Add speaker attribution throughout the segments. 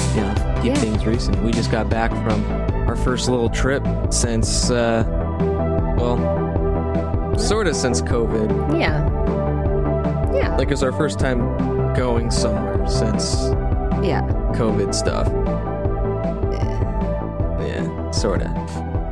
Speaker 1: keep
Speaker 2: Yeah.
Speaker 1: things recent. We just got back from our first little trip since, uh, well, sort of since COVID.
Speaker 2: Yeah. Yeah.
Speaker 1: Like, it was our first time going somewhere since
Speaker 2: yeah.
Speaker 1: COVID stuff. Yeah, sort of.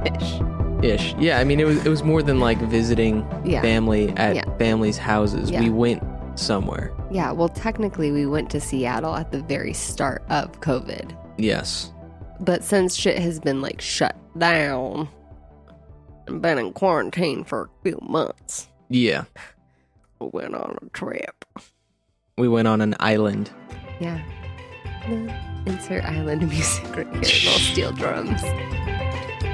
Speaker 2: Ish.
Speaker 1: Ish. Yeah, I mean, it was, it was more than like visiting
Speaker 2: Yeah.
Speaker 1: family at
Speaker 2: Yeah.
Speaker 1: family's houses.
Speaker 2: Yeah.
Speaker 1: We went somewhere.
Speaker 2: Yeah. Well, technically, we went to Seattle at the very start of COVID.
Speaker 1: Yes.
Speaker 2: But since shit has been like shut down, and been in quarantine for a few months,
Speaker 1: Yeah.
Speaker 2: we went on a trip.
Speaker 1: We went on an island.
Speaker 2: Yeah. Insert island music right here. Little steel drums.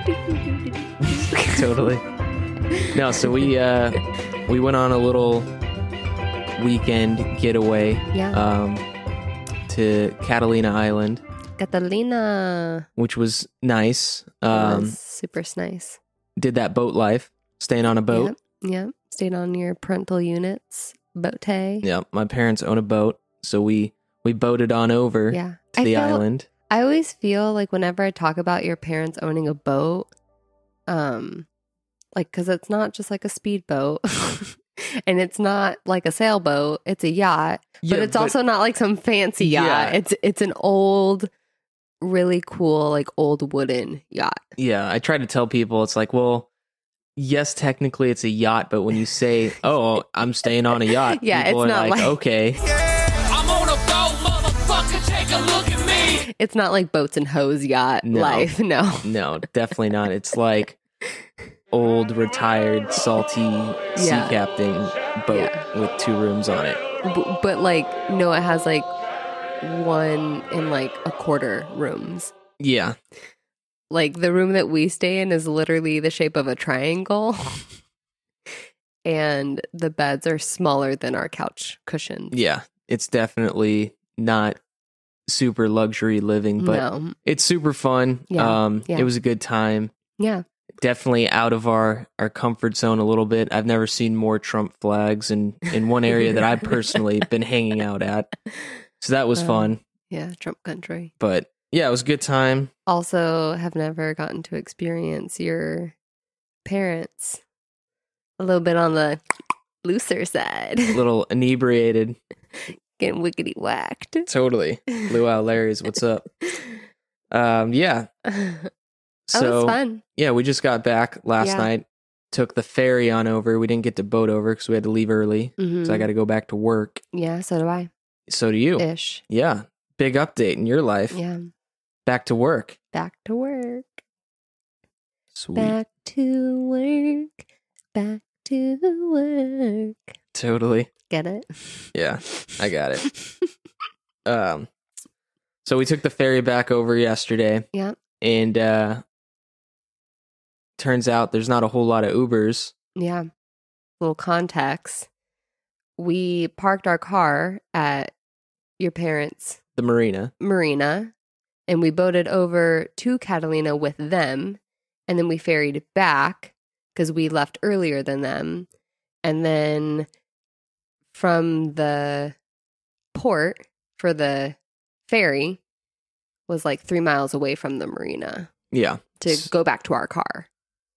Speaker 1: totally. No, so we uh, we went on a little weekend getaway
Speaker 2: Yeah.
Speaker 1: um, to Catalina Island,
Speaker 2: Catalina
Speaker 1: which was nice. Um,
Speaker 2: was super nice.
Speaker 1: Did that boat life, staying on a boat.
Speaker 2: Yep. yep. Stayed on your parental units. Bote. Yeah.
Speaker 1: Yeah, my parents own a boat, so we we boated on over to
Speaker 2: I
Speaker 1: the
Speaker 2: feel-
Speaker 1: island.
Speaker 2: I always feel like whenever I talk about your parents owning a boat, um, like because it's not just like a speedboat, and it's not like a sailboat; it's a yacht, but it's also not like some fancy yacht.
Speaker 1: Yeah.
Speaker 2: It's it's an old, really cool, like old wooden yacht.
Speaker 1: yeah. I try to tell people it's like, well, yes, technically it's a yacht, but when you say, "Oh, I'm staying on a yacht,"
Speaker 2: Yeah,
Speaker 1: people
Speaker 2: it's
Speaker 1: are
Speaker 2: not
Speaker 1: like,
Speaker 2: like-
Speaker 1: okay,
Speaker 3: I'm on a boat, motherfucker, take a look at me.
Speaker 2: It's not like boats and hose yacht
Speaker 1: No.
Speaker 2: life. No,
Speaker 1: No, definitely not. It's like old retired salty sea
Speaker 2: Yeah.
Speaker 1: captain boat
Speaker 2: Yeah.
Speaker 1: with two rooms on it.
Speaker 2: B- but like no, it has like one and like a quarter rooms.
Speaker 1: Yeah.
Speaker 2: like the room that we stay in is literally the shape of a triangle and the beds are smaller than our couch cushions
Speaker 1: Yeah. It's definitely not super luxury living, but
Speaker 2: no
Speaker 1: it's super fun.
Speaker 2: Yeah.
Speaker 1: Um
Speaker 2: Yeah.
Speaker 1: it was a good time.
Speaker 2: yeah
Speaker 1: Definitely out of our our comfort zone a little bit. I've never seen more Trump flags in in one area that I personally been hanging out at. So that was
Speaker 2: Um,
Speaker 1: fun,
Speaker 2: yeah trump country
Speaker 1: but yeah, it was a good time.
Speaker 2: also have never gotten to experience your parents a little bit on the looser side
Speaker 1: A little inebriated.
Speaker 2: getting wickety whacked
Speaker 1: Totally. Luau Larry's, what's up? Um, yeah.
Speaker 2: that
Speaker 1: So
Speaker 2: was fun
Speaker 1: yeah, we just got back last
Speaker 2: Yeah.
Speaker 1: night. Took the ferry on over. We didn't get to boat over because we had to leave early. So I
Speaker 2: Mhm.
Speaker 1: got to go back to work.
Speaker 2: yeah so do i
Speaker 1: So do you? Yeah.
Speaker 2: ish
Speaker 1: Big update in your life.
Speaker 2: yeah
Speaker 1: Back to work.
Speaker 2: back to work
Speaker 1: Sweet.
Speaker 2: Back to work. Back to work.
Speaker 1: Totally.
Speaker 2: Get it?
Speaker 1: Yeah, I got it. Um, so we took the ferry back over yesterday.
Speaker 2: Yeah.
Speaker 1: And uh, turns out there's not a whole lot of Ubers.
Speaker 2: yeah. Little context. We parked our car at your parents'
Speaker 1: The marina.
Speaker 2: marina and we boated over to Catalina with them. And then we ferried back because we left earlier than them. And then from the port for the ferry was like three miles away from the marina
Speaker 1: Yeah.
Speaker 2: to
Speaker 1: S-
Speaker 2: go back to our car.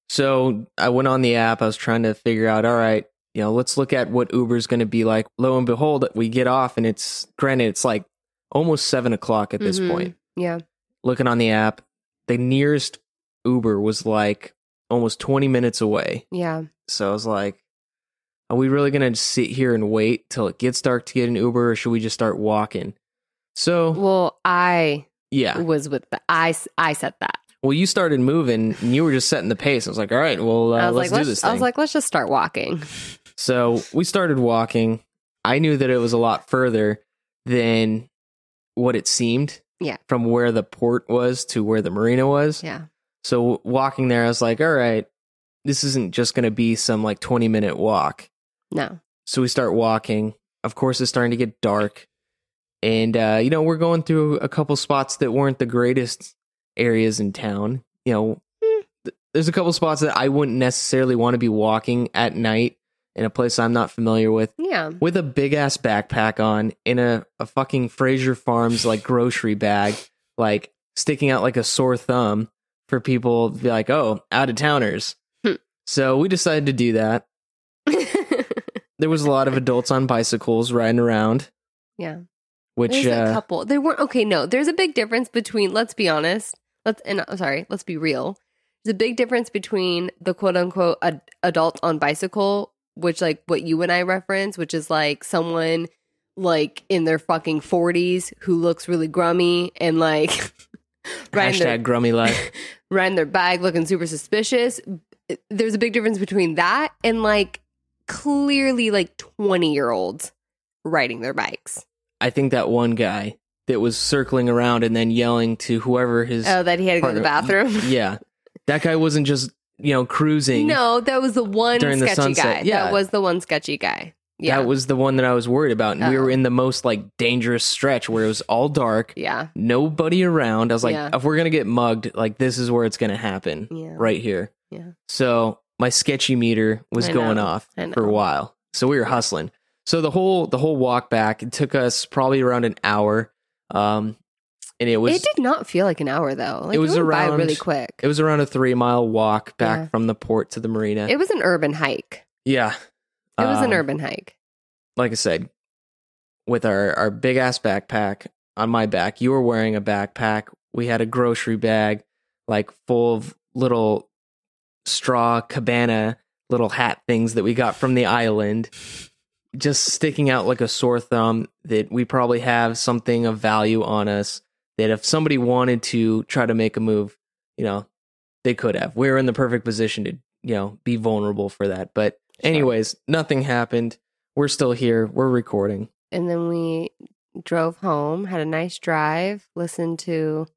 Speaker 1: So I went on the app. I was trying to figure out, all right, you know, let's look at what Uber's going to be like. Lo and behold, we get off, and it's granted, it's like almost seven o'clock at this
Speaker 2: Mhm.
Speaker 1: point.
Speaker 2: Yeah.
Speaker 1: Looking on the app, the nearest Uber was like almost 20 minutes away.
Speaker 2: Yeah.
Speaker 1: So I was like, are we really going to sit here and wait till it gets dark to get an Uber, or should we just start walking? So,
Speaker 2: Well, I
Speaker 1: Oh. yeah.
Speaker 2: was with the, I, s- I said that.
Speaker 1: Well, you started moving and you were just setting the pace. I was like, all right, well, uh,
Speaker 2: I was
Speaker 1: let's
Speaker 2: like,
Speaker 1: do this thing.
Speaker 2: I was like, let's just start walking.
Speaker 1: So we started walking. I knew that it was a lot further than what it seemed.
Speaker 2: Yeah.
Speaker 1: From where the port was to where the marina was.
Speaker 2: Yeah.
Speaker 1: So walking there, I was like, all right, this isn't just going to be some like 20 minute walk.
Speaker 2: No.
Speaker 1: So we start walking. Of course, it's starting to get dark. And, uh, you know, we're going through a couple spots that weren't the greatest areas in town. You know, th- there's a couple spots that I wouldn't necessarily want to be walking at night in a place I'm not familiar with
Speaker 2: Yeah.
Speaker 1: with a big ass backpack on in a, a fucking Fraser Farms like grocery bag. Like, sticking out like a sore thumb for people to be like, oh, out of towners.
Speaker 2: Hmm.
Speaker 1: So we decided to do that. There was a lot of adults on bicycles riding around,
Speaker 2: yeah.
Speaker 1: which
Speaker 2: There's a
Speaker 1: uh,
Speaker 2: couple. There weren't okay. No, there's a big difference between. Let's be honest. Let's and I'm sorry. Let's be real. There's a big difference between the quote unquote ad, adult on bicycle, which like what you and I reference, which is like someone like in their fucking forties who looks really grummy and like riding
Speaker 1: hashtag
Speaker 2: their
Speaker 1: grummy life.
Speaker 2: riding their bike looking super suspicious. There's a big difference between that and like clearly like 20 year olds riding their bikes.
Speaker 1: I think that one guy that was circling around and then yelling to whoever his
Speaker 2: Oh, that he had to go to the
Speaker 1: partner-
Speaker 2: bathroom.
Speaker 1: yeah, that guy wasn't just you know cruising.
Speaker 2: No, that was the one
Speaker 1: During the
Speaker 2: sketchy
Speaker 1: sunset,
Speaker 2: guy.
Speaker 1: yeah.
Speaker 2: That was the one sketchy guy. Yeah.
Speaker 1: That was the one that I was worried about. And we
Speaker 2: Uh-oh.
Speaker 1: were in the most like dangerous stretch where it was all dark,
Speaker 2: yeah.
Speaker 1: nobody around. I was like,
Speaker 2: Yeah.
Speaker 1: if we're going to get mugged, like this is where it's going to happen
Speaker 2: Yeah.
Speaker 1: right here.
Speaker 2: Yeah.
Speaker 1: So my sketchy meter was
Speaker 2: I
Speaker 1: going
Speaker 2: know.
Speaker 1: off
Speaker 2: I
Speaker 1: for a
Speaker 2: know.
Speaker 1: while. So we were hustling. So the whole the whole walk back it took us probably around an hour. Um and it was
Speaker 2: it did not feel like an hour though. Like, it
Speaker 1: was
Speaker 2: was around,
Speaker 1: around-
Speaker 2: really quick.
Speaker 1: it was around a 3 mile walk back
Speaker 2: Yeah.
Speaker 1: from the port to the marina.
Speaker 2: It was an urban hike.
Speaker 1: yeah.
Speaker 2: It was an
Speaker 1: Um,
Speaker 2: urban hike.
Speaker 1: like I said, with our, our big ass backpack on my back, you were wearing a backpack. We had a grocery bag, like full of little straw cabana little hat things that we got from the island, just sticking out like a sore thumb. That we probably have something of value on us that if somebody wanted to try to make a move, you know, they could have. We were in the perfect position to, you know, be vulnerable for that. But,
Speaker 2: Sure.
Speaker 1: anyways, nothing happened we're still here. We're recording.
Speaker 2: And then we drove home, had a nice drive, listened to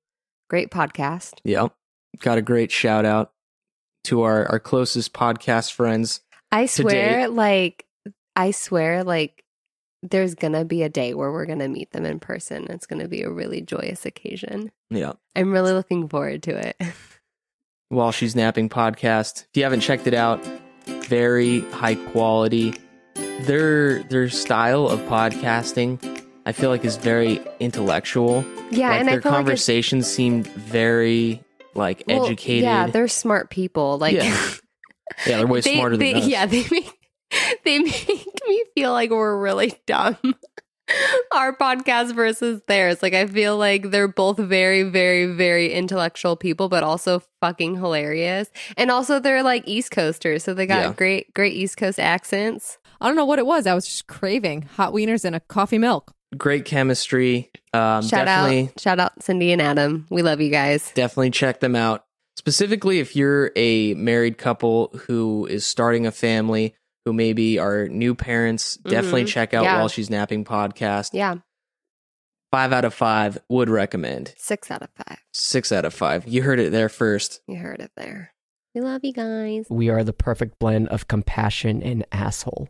Speaker 2: great podcast.
Speaker 1: Yep. Got a great shout out to our, our closest podcast friends.
Speaker 2: I
Speaker 1: to
Speaker 2: swear, like, I swear, like, there's gonna be a day where we're gonna meet them in person. It's gonna be a really joyous occasion.
Speaker 1: Yeah.
Speaker 2: I'm really looking forward to it.
Speaker 1: While She's Napping podcast. If you haven't checked it out, very high quality. Their their style of podcasting I feel like is very intellectual.
Speaker 2: yeah,
Speaker 1: like their
Speaker 2: and I feel like it's,
Speaker 1: conversations seem very like
Speaker 2: well,
Speaker 1: educated.
Speaker 2: Yeah, they're smart people. Like,
Speaker 1: Yeah, Yeah, they're way
Speaker 2: they-
Speaker 1: smarter
Speaker 2: they-
Speaker 1: than us.
Speaker 2: Yeah, they make they make me feel like we're really dumb. Our podcast versus theirs. Like, I feel like they're both very, very, very intellectual people, but also fucking hilarious. And also, they're like East Coasters, so they got
Speaker 1: Yeah.
Speaker 2: great, great East Coast accents.
Speaker 4: I don't know what it was. I was just craving hot wieners and a coffee milk.
Speaker 1: Great chemistry. Um,
Speaker 2: shout
Speaker 1: definitely
Speaker 2: out, shout out, Cindy and Adam. We love you guys.
Speaker 1: definitely check them out. Specifically, if you're a married couple who is starting a family, who maybe are new parents, definitely
Speaker 2: Mhm.
Speaker 1: check out
Speaker 2: Yeah.
Speaker 1: While She's Napping podcast.
Speaker 2: Yeah,
Speaker 1: Five out of five would recommend.
Speaker 2: six out of five.
Speaker 1: Six out of five. You heard it there first.
Speaker 2: You heard it there. We love you guys.
Speaker 5: We are the perfect blend of compassion and asshole.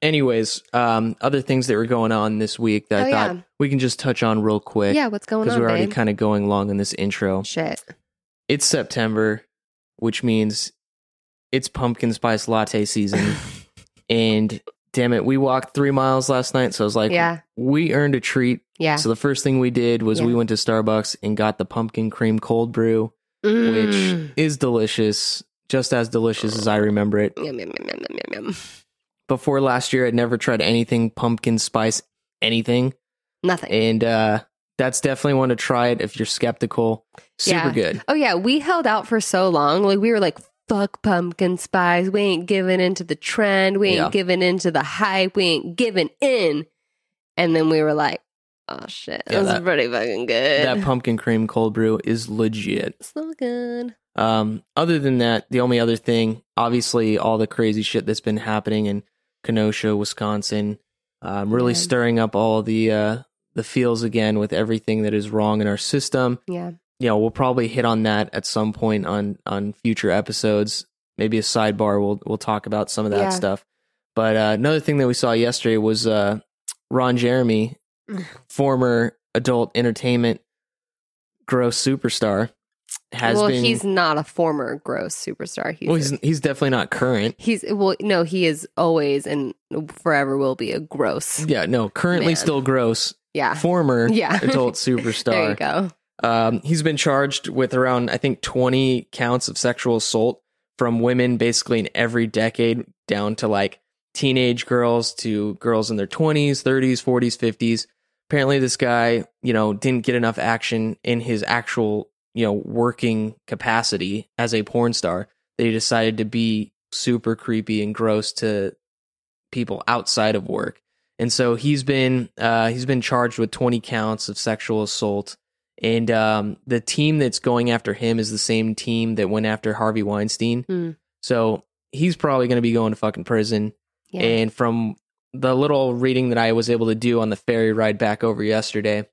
Speaker 1: Anyways, um, other things that were going on this week that I
Speaker 2: Oh,
Speaker 1: thought
Speaker 2: yeah.
Speaker 1: we can just touch on real quick.
Speaker 2: Yeah, what's going
Speaker 1: Because
Speaker 2: on,
Speaker 1: we're already
Speaker 2: babe?
Speaker 1: kind of going long in this intro.
Speaker 2: Shit.
Speaker 1: It's September, which means it's pumpkin spice latte season. and damn it, we walked three miles last night. So I was like,
Speaker 2: Yeah.
Speaker 1: we earned a treat.
Speaker 2: Yeah.
Speaker 1: So the first thing we did was we
Speaker 2: Yeah.
Speaker 1: went to Starbucks and got the pumpkin cream cold brew, which
Speaker 2: Mm.
Speaker 1: is delicious, just as delicious as I remember it.
Speaker 2: Yum, yum, yum, yum, yum, yum, yum.
Speaker 1: Before last year, I'd never tried anything pumpkin spice, anything.
Speaker 2: Nothing.
Speaker 1: And uh, that's definitely one to try it if you're skeptical. Super
Speaker 2: Yeah.
Speaker 1: good.
Speaker 2: Oh yeah, we held out for so long. Like we were like, fuck pumpkin spice. We ain't giving into the trend. We ain't
Speaker 1: Yeah.
Speaker 2: giving into the hype. We ain't giving in. And then we were like, oh shit,
Speaker 1: Yeah,
Speaker 2: this is
Speaker 1: that-
Speaker 2: pretty fucking good.
Speaker 1: That pumpkin cream cold brew is legit.
Speaker 2: so good.
Speaker 1: Um, other than that, the only other thing, obviously, all the crazy shit that's been happening in Kenosha, Wisconsin, um, really
Speaker 2: Yeah.
Speaker 1: stirring up all the uh, the feels again with everything that is wrong in our system.
Speaker 2: Yeah.
Speaker 1: You know, we'll probably hit on that at some point on on future episodes. Maybe a sidebar. We'll we'll talk about some of that
Speaker 2: Yeah.
Speaker 1: stuff. But uh, another thing that we saw yesterday was uh, Ron Jeremy, former adult entertainment gross superstar, has
Speaker 2: well,
Speaker 1: been
Speaker 2: he's not a former gross superstar. He's
Speaker 1: well, he's he's definitely not current.
Speaker 2: he's well, no, he is always and forever will be a gross.
Speaker 1: Yeah, no, currently
Speaker 2: Man.
Speaker 1: still gross,
Speaker 2: Yeah.
Speaker 1: former
Speaker 2: Yeah.
Speaker 1: adult superstar.
Speaker 2: There you go.
Speaker 1: Um, he's been charged with around, I think, 20 counts of sexual assault from women basically in every decade, down to like teenage girls to girls in their 20s, 30s, 40s, 50s. Apparently, this guy, you know, didn't get enough action in his actual, you know, working capacity as a porn star that he decided to be super creepy and gross to people outside of work. And so he's been uh, he's been charged with 20 counts of sexual assault and um, the team that's going after him is the same team that went after Harvey Weinstein.
Speaker 2: Hmm.
Speaker 1: So he's probably going to be going to fucking prison.
Speaker 2: Yeah.
Speaker 1: And from the little reading that I was able to do on the ferry ride back over yesterday,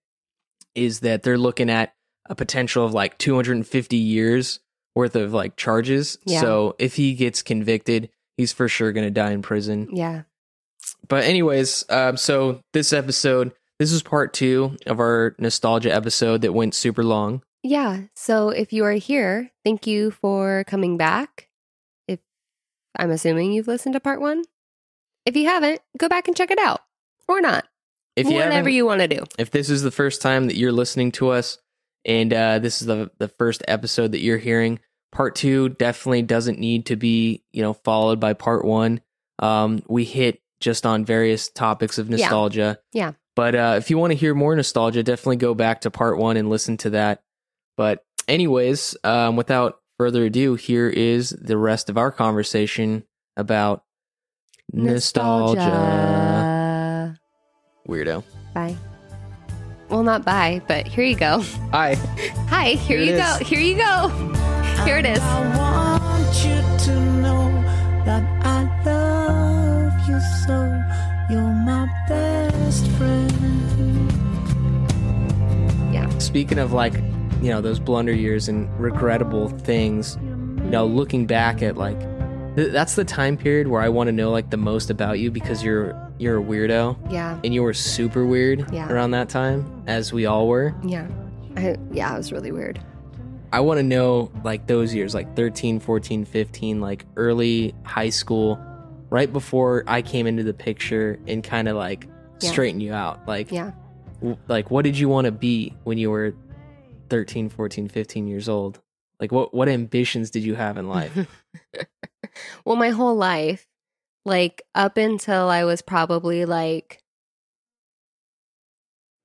Speaker 1: is that they're looking at a potential of like 250 years worth of like charges.
Speaker 2: Yeah.
Speaker 1: So if he gets convicted, he's for sure going to die in prison.
Speaker 2: yeah.
Speaker 1: But anyways, um, so this episode, this is part two of our nostalgia episode that went super long.
Speaker 2: Yeah. So if you are here, thank you for coming back. If I'm assuming you've listened to part one. If you haven't, go back and check it out. Or not.
Speaker 1: If you,
Speaker 2: Whatever
Speaker 1: haven't-
Speaker 2: you want to do.
Speaker 1: if this is the first time that you're listening to us, and uh, this is the the first episode that you're hearing, part two definitely doesn't need to be you know followed by part one. Um, we hit just on various topics of
Speaker 2: Yeah.
Speaker 1: nostalgia.
Speaker 2: Yeah.
Speaker 1: But uh, if you want to hear more nostalgia, definitely go back to part one and listen to that. But anyways, um, without further ado, here is the rest of our conversation about nostalgia.
Speaker 2: Nostalgia.
Speaker 1: Weirdo.
Speaker 2: Bye. Well, not bye, but here you go.
Speaker 1: Hi.
Speaker 2: Hi,
Speaker 1: Here
Speaker 2: here,
Speaker 1: it
Speaker 2: you
Speaker 1: is.
Speaker 2: go. Here you go. Here it is.
Speaker 6: I want you to know that I love you so. You're my best friend.
Speaker 1: Speaking of like, you know, those blunder years and regrettable things, you know, looking back at like, th- that's the time period where I want to know like the most about you because you're you're a weirdo
Speaker 2: Yeah.
Speaker 1: and you were super weird
Speaker 2: Yeah.
Speaker 1: around that time, as we all were.
Speaker 2: Yeah. I, yeah, it was really weird.
Speaker 1: I want to know like those years, like 13, 14, 15, like early high school, right before I came into the picture and kind of like
Speaker 2: Yeah.
Speaker 1: straighten you out. Like,
Speaker 2: Yeah.
Speaker 1: w- like what did you want to be when you were 13, 14, 15 years old? Like what what ambitions did you have in life?
Speaker 2: well, my whole life, like up until I was probably like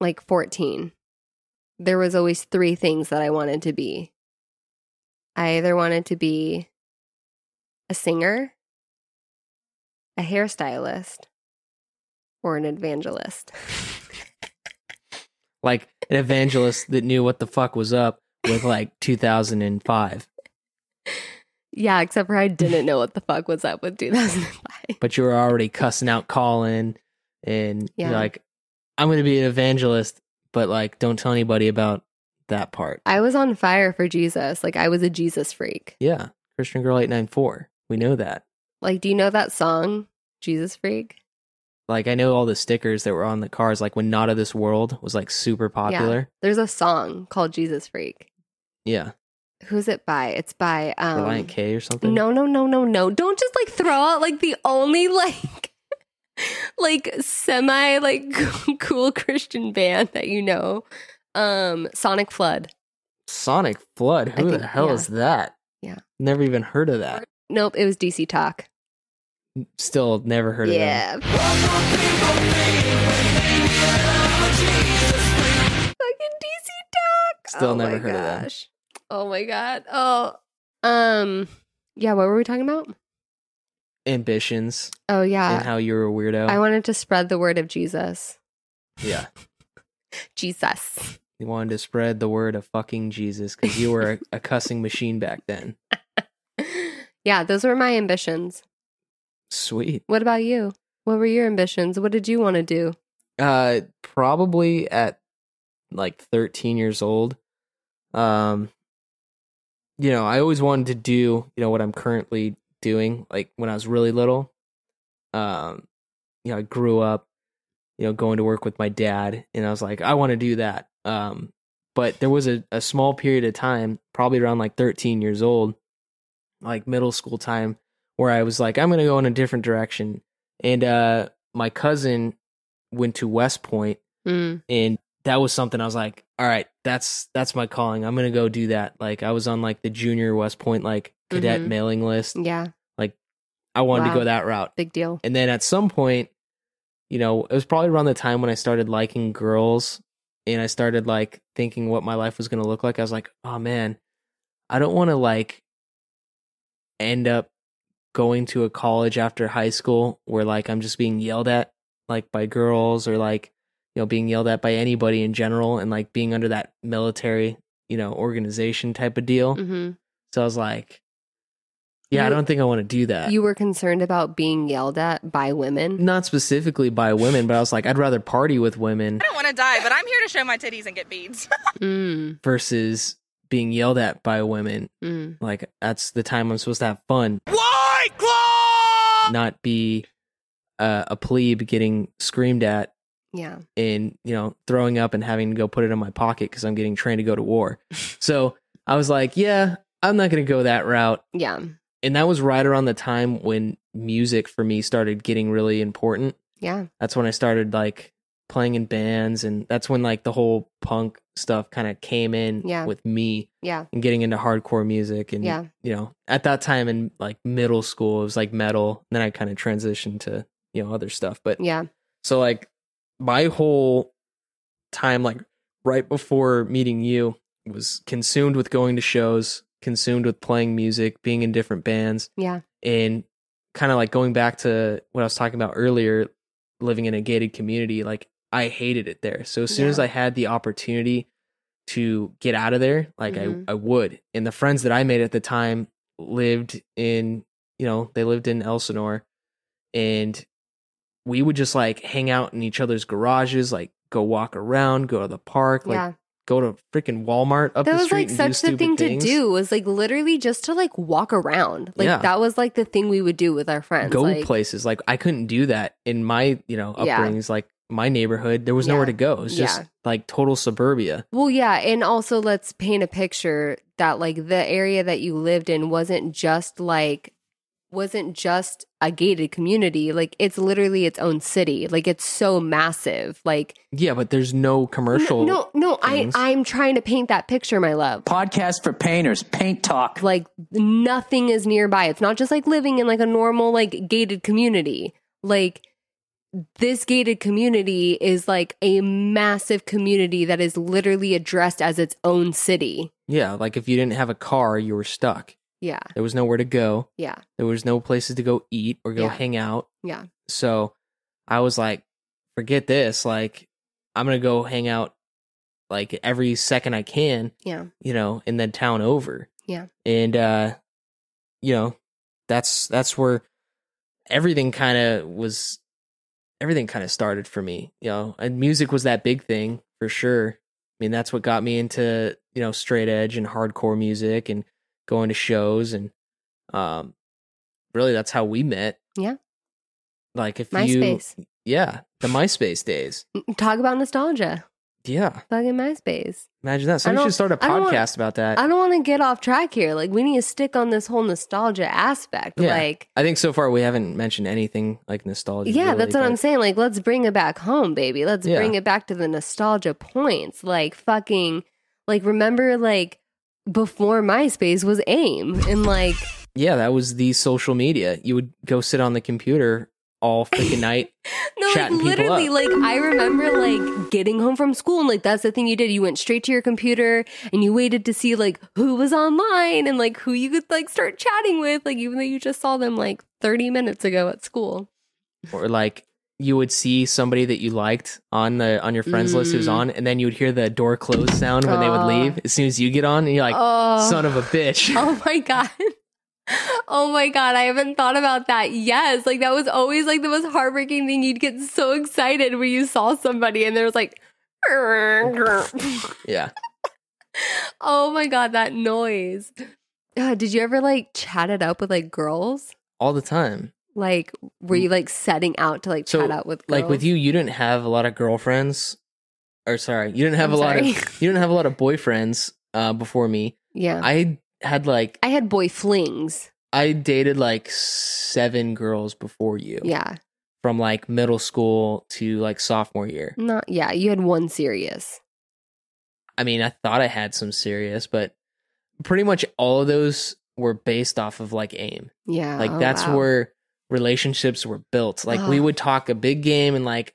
Speaker 2: like 14, there was always three things that I wanted to be. I either wanted to be a singer, a hairstylist, or an evangelist.
Speaker 1: like an evangelist that knew what the fuck was up with like 2005,
Speaker 2: Yeah, except for I didn't know what the fuck was up with 2005.
Speaker 1: but you were already cussing out Colin and you're
Speaker 2: Yeah.
Speaker 1: like I'm going to be an evangelist, but like don't tell anybody about that part.
Speaker 2: I was on fire for Jesus. Like I was a Jesus freak.
Speaker 1: Yeah, Christian Girl 894. We know that.
Speaker 2: Like, do you know that song, Jesus Freak?
Speaker 1: Like I know all the stickers that were on the cars like when Not of This World was like super popular.
Speaker 2: There's a song called Jesus Freak.
Speaker 1: Yeah.
Speaker 2: Who's it by? It's by um
Speaker 1: Reliant K or something.
Speaker 2: No, no, no, no, no. Don't just like throw out like the only like like semi like cool Christian band that you know. Um Sonic Flood.
Speaker 1: Sonic Flood. Who
Speaker 2: think-
Speaker 1: the hell
Speaker 2: yeah.
Speaker 1: is that?
Speaker 2: Yeah.
Speaker 1: Never even heard of that.
Speaker 2: Nope, it was DC Talk.
Speaker 1: Still never heard of
Speaker 2: yeah. Fucking DC Talk.
Speaker 1: Still
Speaker 2: oh
Speaker 1: never
Speaker 2: my
Speaker 1: heard of that.
Speaker 2: gosh. Oh my god. Oh. Um yeah, what were we talking about?
Speaker 1: that. Ambitions
Speaker 2: Oh yeah.
Speaker 1: and how you were a weirdo.
Speaker 2: I wanted to spread the word of Jesus.
Speaker 1: yeah.
Speaker 2: Jesus.
Speaker 1: You wanted to spread the word of fucking Jesus because you were a, a cussing machine back then.
Speaker 2: Yeah, those were my ambitions.
Speaker 1: Sweet.
Speaker 2: What about you? What were your ambitions? What did you want to do?
Speaker 1: Uh, probably at like 13 years old. Um, you know, I always wanted to do, you know, what I'm currently doing. Like when I was really little, um, you know, I grew up, you know, going to work with my dad, and I was like, I want to do that. Um, but there was a, a small period of time, probably around like 13 years old, like middle school time, where I was like, I'm gonna go in a different direction. And uh, my cousin went to West Point
Speaker 2: Mm.
Speaker 1: and that was something I was like, all right, that's that's my calling. I'm gonna go do that. Like I was on like the junior West Point like cadet
Speaker 2: Mhm.
Speaker 1: mailing list.
Speaker 2: Yeah.
Speaker 1: I wanted
Speaker 2: Wow.
Speaker 1: to go that route.
Speaker 2: Big deal.
Speaker 1: And then at some point, you know, it was probably around the time when I started liking girls and I started like thinking what my life was going to look like. I was like, oh man, I don't want to like end up going to a college after high school where like I'm just being yelled at like by girls or like, you know, being yelled at by anybody in general and like being under that military, you know, organization type of deal.
Speaker 2: hmm
Speaker 1: So I was like, yeah, I
Speaker 2: You-
Speaker 1: don't think I want to do that
Speaker 2: You were concerned about being yelled at by women.
Speaker 1: not specifically by women, but I was like, I'd rather party with women
Speaker 7: I don't want to die, but I'm here to show my titties and get beads.
Speaker 2: Mm.
Speaker 1: versus being yelled at by women.
Speaker 2: Mm.
Speaker 1: Like that's the time I'm supposed to have fun,
Speaker 3: White Claw!
Speaker 1: not be uh, a plebe getting screamed at
Speaker 2: Yeah.
Speaker 1: and you know throwing up and having to go put it in my pocket because I'm getting trained to go to war. so I was like, yeah, I'm not going to go that route.
Speaker 2: Yeah.
Speaker 1: And that was right around the time when music for me started getting really important.
Speaker 2: Yeah.
Speaker 1: that's when I started like playing in bands and that's when like the whole punk stuff kind of came in
Speaker 2: Yeah.
Speaker 1: with me
Speaker 2: Yeah.
Speaker 1: and getting into hardcore music and
Speaker 2: Yeah.
Speaker 1: you know at that time in like middle school it was like metal then I kind of transitioned to you know other stuff but
Speaker 2: Yeah.
Speaker 1: so like my whole time like right before meeting you was consumed with going to shows consumed with playing music being in different bands
Speaker 2: Yeah.
Speaker 1: and kind of like going back to what I was talking about earlier, living in a gated community, like I hated it there. So as soon as
Speaker 2: Yeah.
Speaker 1: I had the opportunity to get out of there, like
Speaker 2: Mhm.
Speaker 1: I, I would. And the friends that I made at the time lived in, you know, they lived in Elsinore and we would just like hang out in each other's garages, like go walk around, go to the park, like
Speaker 2: yeah.
Speaker 1: go to freaking Walmart up the
Speaker 2: That was
Speaker 1: street. and
Speaker 2: like
Speaker 1: do
Speaker 2: such the
Speaker 1: stupid
Speaker 2: thing
Speaker 1: things.
Speaker 2: to do was like literally just to like walk around. Like
Speaker 1: Yeah.
Speaker 2: that was like the thing we would do with our friends.
Speaker 1: go
Speaker 2: like,
Speaker 1: places. Like I couldn't do that in my you know
Speaker 2: Yeah.
Speaker 1: upbringings. Like my neighborhood, there was
Speaker 2: Yeah.
Speaker 1: nowhere to go. It was just
Speaker 2: Yeah.
Speaker 1: like total suburbia.
Speaker 2: Well, yeah, and also let's paint a picture that like the area that you lived in wasn't just like wasn't just a gated community. Like it's literally its own city. Like it's so massive. Like
Speaker 1: Yeah, but there's no commercial.
Speaker 2: No, no,
Speaker 1: things.
Speaker 2: I I'm trying to paint that picture, my love.
Speaker 6: Podcast for painters, paint talk.
Speaker 2: Like nothing is nearby. It's not just like living in like a normal like gated community. Like this gated community is like a massive community that is literally addressed as its own city.
Speaker 1: Yeah, like if you didn't have a car, you were stuck.
Speaker 2: Yeah.
Speaker 1: There was nowhere to go.
Speaker 2: Yeah.
Speaker 1: There was no places to go eat or go
Speaker 2: Yeah.
Speaker 1: hang out.
Speaker 2: Yeah.
Speaker 1: So I was like, forget this. Like I'm gonna go hang out like every second I can.
Speaker 2: Yeah.
Speaker 1: You know, in the town over.
Speaker 2: Yeah.
Speaker 1: And uh, you know, that's that's where everything kind of was. Everything kind of started for me. You know, and music was that big thing for sure. I mean, that's what got me into you know straight edge and hardcore music and going to shows and um, really that's how we met.
Speaker 2: Yeah.
Speaker 1: Like if you
Speaker 2: MySpace. Mm,
Speaker 1: yeah, the MySpace days.
Speaker 2: Talk about nostalgia.
Speaker 1: Yeah,
Speaker 2: Fucking MySpace.
Speaker 1: imagine that.
Speaker 2: I
Speaker 1: Somebody
Speaker 2: don't-
Speaker 1: should start a
Speaker 2: I don't wanna-
Speaker 1: podcast about that.
Speaker 2: I don't want to get off track here. Like we need to stick on this whole nostalgia aspect.
Speaker 1: Yeah.
Speaker 2: Like
Speaker 1: I think so far we haven't mentioned anything like nostalgia.
Speaker 2: yeah,
Speaker 1: really,
Speaker 2: that's what
Speaker 1: but-
Speaker 2: I'm saying. Like let's bring it back home, baby. Let's
Speaker 1: Yeah.
Speaker 2: bring it back to the nostalgia points. Like fucking like remember like before MySpace was AIM and like
Speaker 1: Yeah, that was the social media. You would go sit on the computer all freaking night.
Speaker 2: no like
Speaker 1: Chatting people
Speaker 2: literally
Speaker 1: up.
Speaker 2: like I remember like getting home from school and like that's the thing you did. You went straight to your computer and you waited to see like who was online and like who you could like start chatting with like even though you just saw them like 30 minutes ago at school.
Speaker 1: or like you would see somebody that you liked on the on your friends list who's
Speaker 2: Mm.
Speaker 1: on, and then you would hear the door close sound when they would
Speaker 2: Aw.
Speaker 1: leave as soon as you get on, and you're like,
Speaker 2: oh.
Speaker 1: son of a bitch.
Speaker 2: Oh my god. Oh my god, I haven't thought about that. Yes, like that was always like the most heartbreaking thing. You'd get so excited when you saw somebody and there was like
Speaker 1: yeah.
Speaker 2: Oh my god, that noise. Uh, did you ever like chat it up with like girls?
Speaker 1: All the time.
Speaker 2: Like were you like setting out to like
Speaker 1: Mm. So,
Speaker 2: chat out with girls?
Speaker 1: Like with you, you didn't have a lot of girlfriends. Or sorry, you didn't have
Speaker 2: I'm
Speaker 1: a lot
Speaker 2: sorry.
Speaker 1: of you didn't have a lot of boyfriends uh before me.
Speaker 2: Yeah. I,
Speaker 1: I had like
Speaker 2: had boy flings.
Speaker 1: I dated like seven girls before you.
Speaker 2: Yeah.
Speaker 1: from like middle school to like sophomore year.
Speaker 2: Not yeah, you had one serious.
Speaker 1: I mean, I thought I had some serious, but pretty much all of those were based off of like aim.
Speaker 2: Yeah.
Speaker 1: Like
Speaker 2: oh,
Speaker 1: that's
Speaker 2: wow.
Speaker 1: where relationships were built. Like we
Speaker 2: Ah.
Speaker 1: would talk a big game and like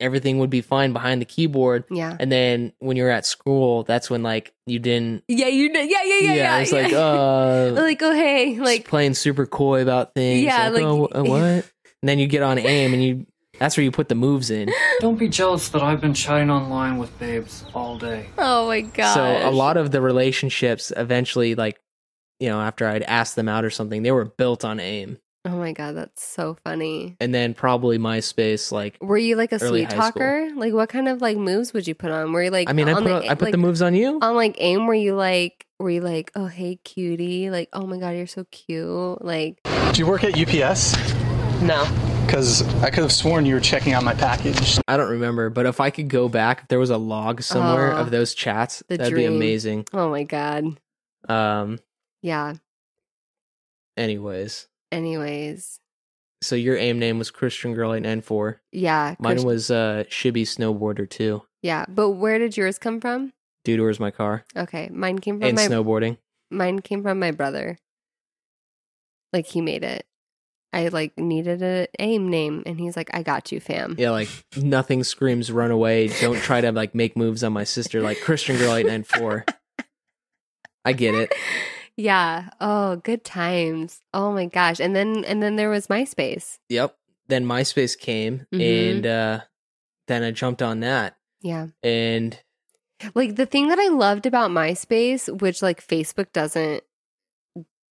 Speaker 1: everything would be fine behind the keyboard.
Speaker 2: Yeah.
Speaker 1: And then when you're at school, that's when like you didn't.
Speaker 2: Yeah, you did- yeah, yeah, yeah, yeah.
Speaker 1: it's like
Speaker 2: yeah.
Speaker 1: uh,
Speaker 2: like oh hey,
Speaker 1: like
Speaker 2: like
Speaker 1: playing super coy about things.
Speaker 2: Yeah,
Speaker 1: like,
Speaker 2: like-
Speaker 1: oh, wh- what? And then you get on aim and you. That's where you put the moves in.
Speaker 8: Don't be jealous that I've been chatting online with babes all day.
Speaker 2: oh my god.
Speaker 1: So a lot of the relationships eventually, like, you know, after I'd asked them out or something, they were built on AIM.
Speaker 2: Oh my god, that's so funny.
Speaker 1: And then probably MySpace, like,
Speaker 2: Were you like a
Speaker 1: Early
Speaker 2: sweet
Speaker 1: high school.
Speaker 2: talker? Like what kind of like moves would you put on? Were you like
Speaker 1: I mean, I
Speaker 2: on
Speaker 1: put,
Speaker 2: the, e,
Speaker 1: I put
Speaker 2: like,
Speaker 1: the moves on you.
Speaker 2: on like aim were you like were you like oh hey cutie like oh my god you're so cute like
Speaker 9: Do you work at UPS?
Speaker 10: No.
Speaker 9: Because I could have sworn you were checking out my package.
Speaker 1: I don't remember, but if I could go back, if there was a log somewhere
Speaker 2: Oh,
Speaker 1: of those chats,
Speaker 2: the
Speaker 1: that'd
Speaker 2: dream.
Speaker 1: be amazing.
Speaker 2: oh my god
Speaker 1: Um,
Speaker 2: yeah
Speaker 1: anyways,
Speaker 2: anyways
Speaker 1: so your AIM name was Christian Girl 894.
Speaker 2: yeah
Speaker 1: Mine
Speaker 2: Christ-
Speaker 1: was uh, Shibby Snowboarder 2.
Speaker 2: yeah but where did yours come from
Speaker 1: Dude, where's my car?
Speaker 2: okay mine came from
Speaker 1: And
Speaker 2: my
Speaker 1: snowboarding.
Speaker 2: mine came from my brother like he made it i like needed a aim name and he's like i got you fam
Speaker 1: Yeah, like nothing screams run away. Don't try to like make moves on my sister like Christian Girl 894. I get it.
Speaker 2: yeah oh good times oh my gosh and then and then there was myspace
Speaker 1: Yep. Then MySpace came
Speaker 2: Mhm.
Speaker 1: and uh then I jumped on that
Speaker 2: yeah
Speaker 1: and
Speaker 2: like the thing that i loved about myspace which like facebook doesn't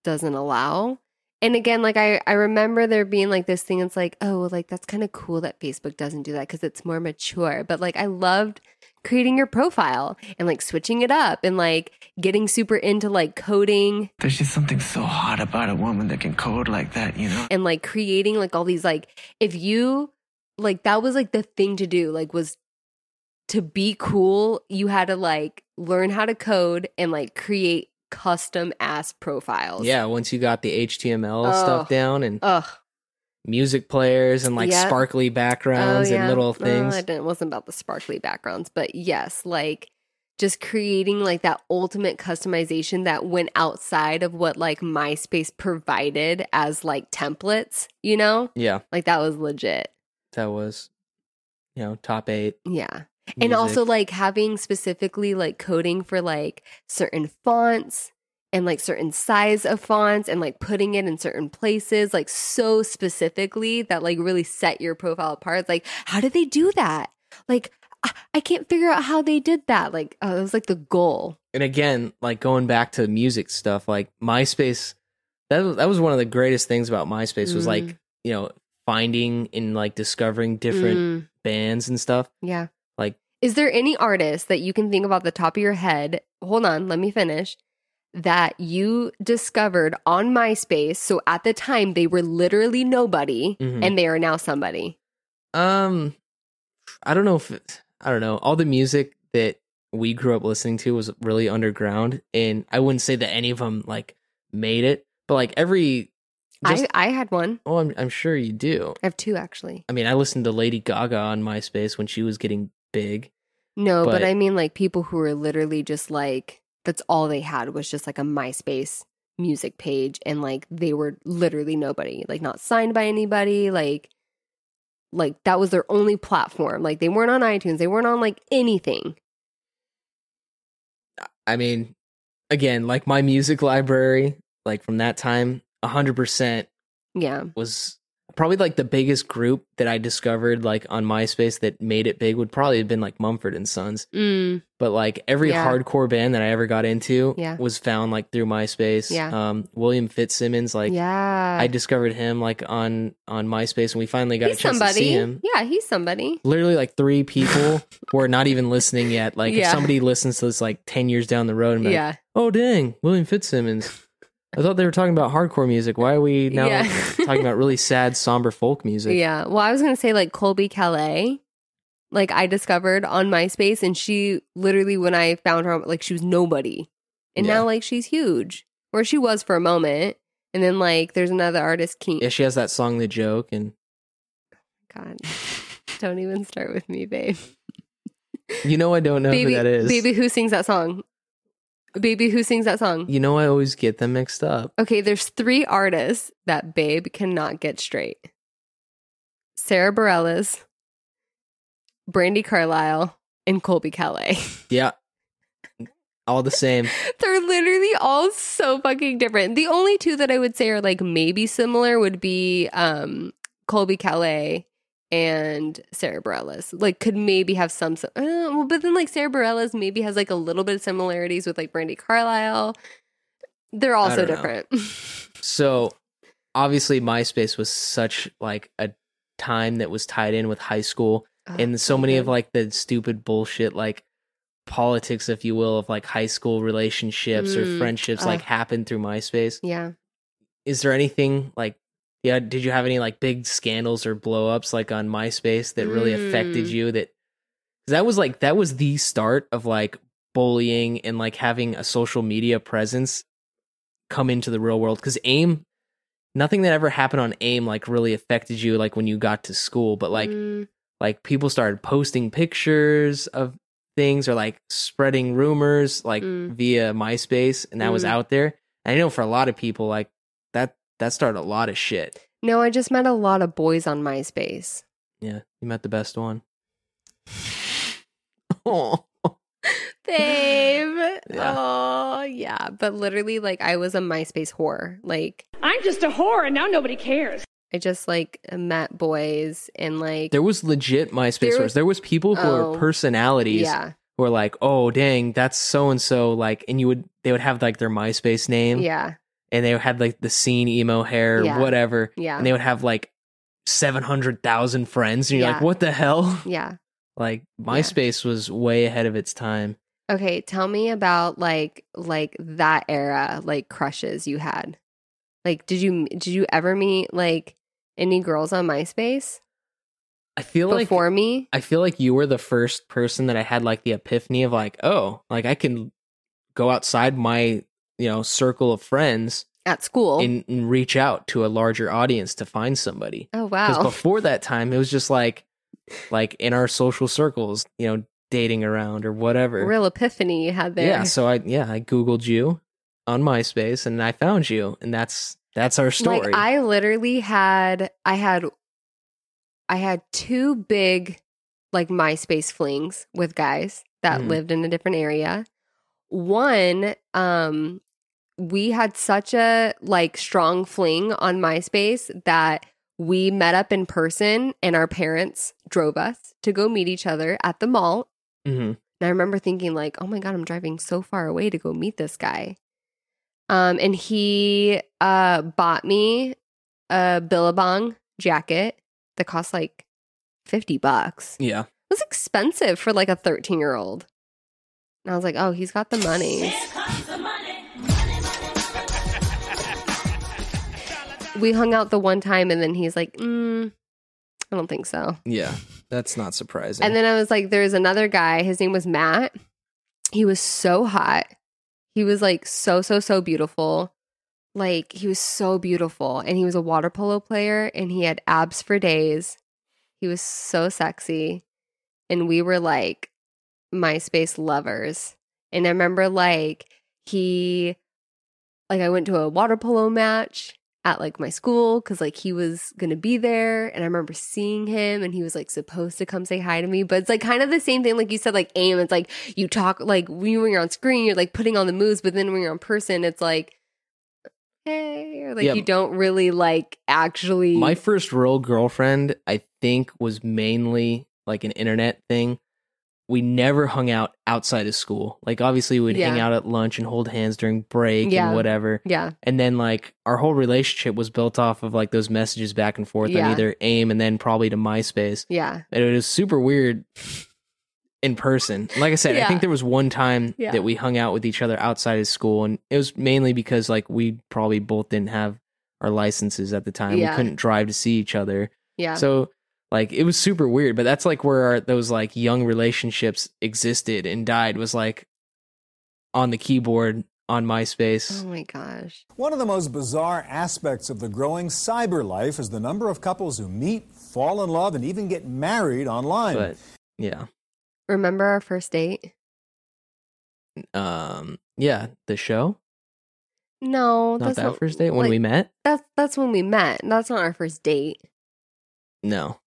Speaker 2: doesn't allow and again like i i remember there being like this thing it's like oh well, like that's kind of cool that facebook doesn't do that because it's more mature but like i loved creating your profile and like switching it up and like getting super into like coding
Speaker 10: There's just something so hot about a woman that can code like that, you know?
Speaker 2: and like creating like all these like if you like that was like the thing to do like was to be cool you had to like learn how to code and like create custom ass profiles
Speaker 1: yeah, once you got the HTML
Speaker 2: Oh.
Speaker 1: stuff down and
Speaker 2: ugh Oh,
Speaker 1: music players and like
Speaker 2: Yeah.
Speaker 1: sparkly backgrounds
Speaker 2: Oh,
Speaker 1: and
Speaker 2: yeah.
Speaker 1: little
Speaker 2: No,
Speaker 1: things.
Speaker 2: it didn't- wasn't about the sparkly backgrounds but yes like just creating like that ultimate customization that went outside of what like myspace provided as like templates you know
Speaker 1: yeah,
Speaker 2: like that was legit
Speaker 1: that was you know, top 8.
Speaker 2: yeah and
Speaker 1: music.
Speaker 2: also like having specifically like coding for like certain fonts and like certain size of fonts and like putting it in certain places like so specifically that like really set your profile apart It's like how did they do that like I, I can't figure out how they did that like oh, it was like the goal
Speaker 1: and again, like going back to music stuff, like MySpace, that was, that was one of the greatest things about MySpace was
Speaker 2: Mm.
Speaker 1: like you know finding and like discovering different
Speaker 2: Mm,
Speaker 1: bands and stuff.
Speaker 2: yeah
Speaker 1: like-
Speaker 2: is there any artist that you can think about the top of your head hold on let me finish that you discovered on myspace so at the time they were literally nobody
Speaker 1: Mhm.
Speaker 2: and they are now somebody.
Speaker 1: Um, I don't know if it- I don't know all the music that we grew up listening to was really underground, and I wouldn't say that any of them like made it, but like every just,
Speaker 2: I, I had one.
Speaker 1: oh, I'm I'm sure you do.
Speaker 2: I have two actually.
Speaker 1: I mean, I listened to Lady Gaga on MySpace when she was getting big.
Speaker 2: No, but,
Speaker 1: But-
Speaker 2: I mean like people who were literally just like that's all they had was just like a MySpace music page and like they were literally nobody, like not signed by anybody, like like that was their only platform. Like they weren't on iTunes, they weren't on like anything.
Speaker 1: I mean, again, like my music library, like from that time, hundred percent
Speaker 2: Yeah.
Speaker 1: was probably like the biggest group that I discovered like on MySpace that made it big would probably have been like Mumford and Sons.
Speaker 2: Mm.
Speaker 1: But like every
Speaker 2: Yeah.
Speaker 1: hardcore band that I ever got into
Speaker 2: Yeah.
Speaker 1: was found like through MySpace.
Speaker 2: Yeah.
Speaker 1: Um, William Fitzsimmons, like
Speaker 2: yeah.
Speaker 1: I discovered him like on on MySpace, and we finally got
Speaker 2: he's
Speaker 1: a chance to see
Speaker 2: somebody.
Speaker 1: him.
Speaker 2: Yeah, he's somebody.
Speaker 1: Literally, like three people were not even listening yet. Like,
Speaker 2: Yeah.
Speaker 1: if somebody listens to this like ten years down the road, and be like,
Speaker 2: Yeah.
Speaker 1: oh dang, William Fitzsimmons. I thought they were talking about hardcore music. Why are we now
Speaker 2: Yeah.
Speaker 1: talking about really sad, somber folk music?
Speaker 2: Yeah. Well, I was going to say like Colby Calais. Like I discovered on MySpace and she literally when I found her like she was nobody. And
Speaker 1: Yeah.
Speaker 2: now like she's huge. Or she was for a moment. And then like there's another artist King.
Speaker 1: Yeah, she has that song, The Joke, and
Speaker 2: God, don't even start with me, babe.
Speaker 1: You know I don't know
Speaker 2: baby,
Speaker 1: who that is.
Speaker 2: baby, who sings that song? Baby, who sings that song?
Speaker 1: You know I always get them mixed up.
Speaker 2: Okay, there's three artists that Babe cannot get straight. Sarah Bareilles, Brandy Carlisle, and Colby Calais.
Speaker 1: Yeah. All the same.
Speaker 2: They're literally all so fucking different. The only two that I would say are like maybe similar would be um Colby Calais and Sarah Bareilles. Like could maybe have some uh, well, but then like Sarah Bareilles maybe has like a little bit of similarities with like Brandy Carlisle. They're all
Speaker 1: I
Speaker 2: so
Speaker 1: don't know.
Speaker 2: different.
Speaker 1: So obviously MySpace was such like a time that was tied in with high school and so many of like the stupid bullshit like politics if you will of like high school relationships
Speaker 2: Mm,
Speaker 1: or friendships like
Speaker 4: uh.
Speaker 1: happened through MySpace.
Speaker 2: yeah.
Speaker 1: Is there anything like yeah, did you have any like big scandals or blow ups like on MySpace that really affected
Speaker 2: Mm.
Speaker 1: you that 'cause that was like that was the start of like bullying and like having a social media presence come into the real world cuz AIM nothing that ever happened on AIM like really affected you like when you got to school but like
Speaker 2: Mm,
Speaker 1: like people started posting pictures of things or like spreading rumors like
Speaker 2: Mm.
Speaker 1: via MySpace and that was
Speaker 2: Mm.
Speaker 1: out there. And I know for a lot of people like that that started a lot of shit.
Speaker 2: no, I just met a lot of boys on MySpace.
Speaker 1: Yeah, you met the best one. oh.
Speaker 2: Babe.
Speaker 1: Yeah.
Speaker 2: Oh, yeah. But literally, like, I was a MySpace whore. Like,
Speaker 11: I'm just a whore and now nobody cares.
Speaker 2: I just like met boys and like
Speaker 1: There was legit MySpace
Speaker 2: There
Speaker 1: there
Speaker 2: was-
Speaker 1: There was people who
Speaker 2: Oh.
Speaker 1: were personalities
Speaker 2: yeah,
Speaker 1: who were like, "Oh, dang, that's so and so." Like, and you would they would have like their MySpace name,
Speaker 2: yeah,
Speaker 1: and they had like the scene emo hair,
Speaker 2: Yeah.
Speaker 1: or whatever.
Speaker 2: yeah,
Speaker 1: and they would have like 700,000 friends and you're like
Speaker 2: Yeah.
Speaker 1: what the hell?
Speaker 2: yeah.
Speaker 1: Like MySpace was way ahead of its time.
Speaker 2: Okay, tell me about like like that era, like crushes you had. Like, did you did you ever meet like any girls on MySpace
Speaker 1: I feel
Speaker 2: before
Speaker 1: like
Speaker 2: me?
Speaker 1: I feel like you were the first person that I had like the epiphany of like, oh, like I can go outside my, you know, circle of friends
Speaker 2: At school?
Speaker 1: and, and reach out to a larger audience to find somebody.
Speaker 2: oh
Speaker 1: Cuz
Speaker 2: wow,
Speaker 1: before that time it was just like like in our social circles, you know, dating around or whatever.
Speaker 2: real epiphany you had there.
Speaker 1: Yeah, so I yeah, I googled you on MySpace and I found you and that's that's our story.
Speaker 2: Like I literally had I had I had two big like MySpace flings with guys that
Speaker 1: Mhm.
Speaker 2: lived in a different area. One um we had such a like strong fling on MySpace that we met up in person and our parents drove us to go meet each other at the mall
Speaker 1: Mhm.
Speaker 2: and I remember thinking like, "Oh my god, I'm driving so far away to go meet this guy." Um and he uh bought me a Billabong jacket that cost like 50 bucks. It
Speaker 1: Yeah.
Speaker 2: was expensive for like a 13-year-old. And I was like, "Oh, he's got the money." We hung out the one time and then he's like, mm, I don't think so.
Speaker 1: Yeah. That's not surprising.
Speaker 2: And then I was like, there's another guy. His name was Matt. He was so hot. He was like so, so, so beautiful. Like he was so beautiful. And he was a water polo player and he had abs for days. He was so sexy. And we were like MySpace lovers. And I remember like he, like I went to a water polo match at like my school because like he was gonna be there and i remember seeing him and he was like supposed to come say hi to me but it's like kind of the same thing like you said like aim it's like you talk like when you're on screen you're like putting on the moves but then when you're on person it's like hey or like
Speaker 1: Yeah.
Speaker 2: you don't really like actually
Speaker 1: my first real girlfriend, I think, was mainly like an internet thing. We never hung out outside of school. Like obviously we would hang
Speaker 2: Yeah.
Speaker 1: out at lunch and hold hands during break
Speaker 2: Yeah.
Speaker 1: and whatever.
Speaker 2: yeah
Speaker 1: And then like our whole relationship was built off of like those messages back and forth
Speaker 2: Yeah.
Speaker 1: on either AIM and then probably to MySpace.
Speaker 2: yeah
Speaker 1: And it was super weird in person. Like I said,
Speaker 2: Yeah.
Speaker 1: I think there was one time
Speaker 2: Yeah.
Speaker 1: that we hung out with each other outside of school, and it was mainly because like we probably both didn't have our licenses at the time.
Speaker 2: Yeah.
Speaker 1: We couldn't drive to see each other,
Speaker 2: yeah
Speaker 1: so like it was super weird. But that's like where our, those like young relationships existed and died was like on the keyboard on MySpace.
Speaker 2: Oh my gosh.
Speaker 12: One of the most bizarre aspects of the growing cyber life is the number of couples who meet, fall in love, and even get married
Speaker 2: Oh,
Speaker 12: online.
Speaker 1: But yeah,
Speaker 2: Remember our first date?
Speaker 1: um, yeah, the show.
Speaker 2: No,
Speaker 1: not that
Speaker 2: not-
Speaker 1: first date when
Speaker 2: like,
Speaker 1: we met.
Speaker 2: That's that's when we met. That's not our first date.
Speaker 1: No.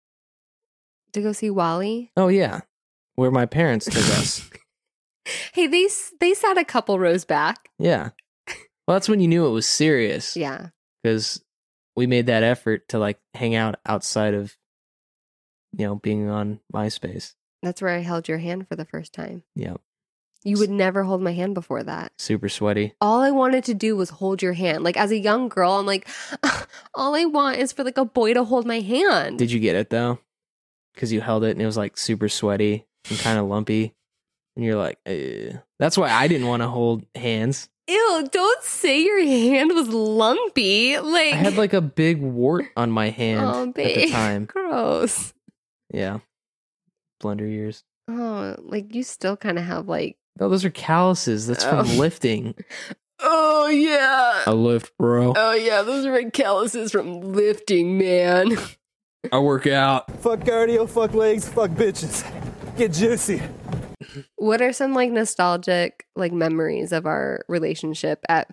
Speaker 2: To go see Wally.
Speaker 1: Oh yeah, where my parents took us.
Speaker 2: Hey, they s- they sat a couple rows back.
Speaker 1: Yeah. Well, that's when you knew it was serious
Speaker 2: Yeah.
Speaker 1: because we made that effort to like hang out outside of, you know, being on MySpace.
Speaker 2: That's where I held your hand for the first time.
Speaker 1: Yeah.
Speaker 2: You would never hold my hand before that.
Speaker 1: Super sweaty.
Speaker 2: All I wanted to do was hold your hand. Like as a young girl, I'm like, all I want is for like a boy to hold my hand.
Speaker 1: Did you get it though? Because you held it and it was like super sweaty and kind of lumpy. And you're like, eh. that's why I didn't want to hold hands.
Speaker 2: Ew, don't say your hand was lumpy. Like,
Speaker 1: I had like a big wart on my hand
Speaker 2: oh,
Speaker 1: at the
Speaker 2: babe,
Speaker 1: time.
Speaker 2: gross.
Speaker 1: Yeah. Blender years.
Speaker 2: Oh, like you still kind of have like,
Speaker 1: No, those are calluses. That's
Speaker 2: Oh.
Speaker 1: from lifting.
Speaker 2: oh yeah,
Speaker 1: I lift, bro.
Speaker 2: oh yeah, those red calluses from lifting, man.
Speaker 1: I work out.
Speaker 13: Fuck cardio, fuck legs, fuck bitches. Get juicy.
Speaker 2: What are some like nostalgic like memories of our relationship at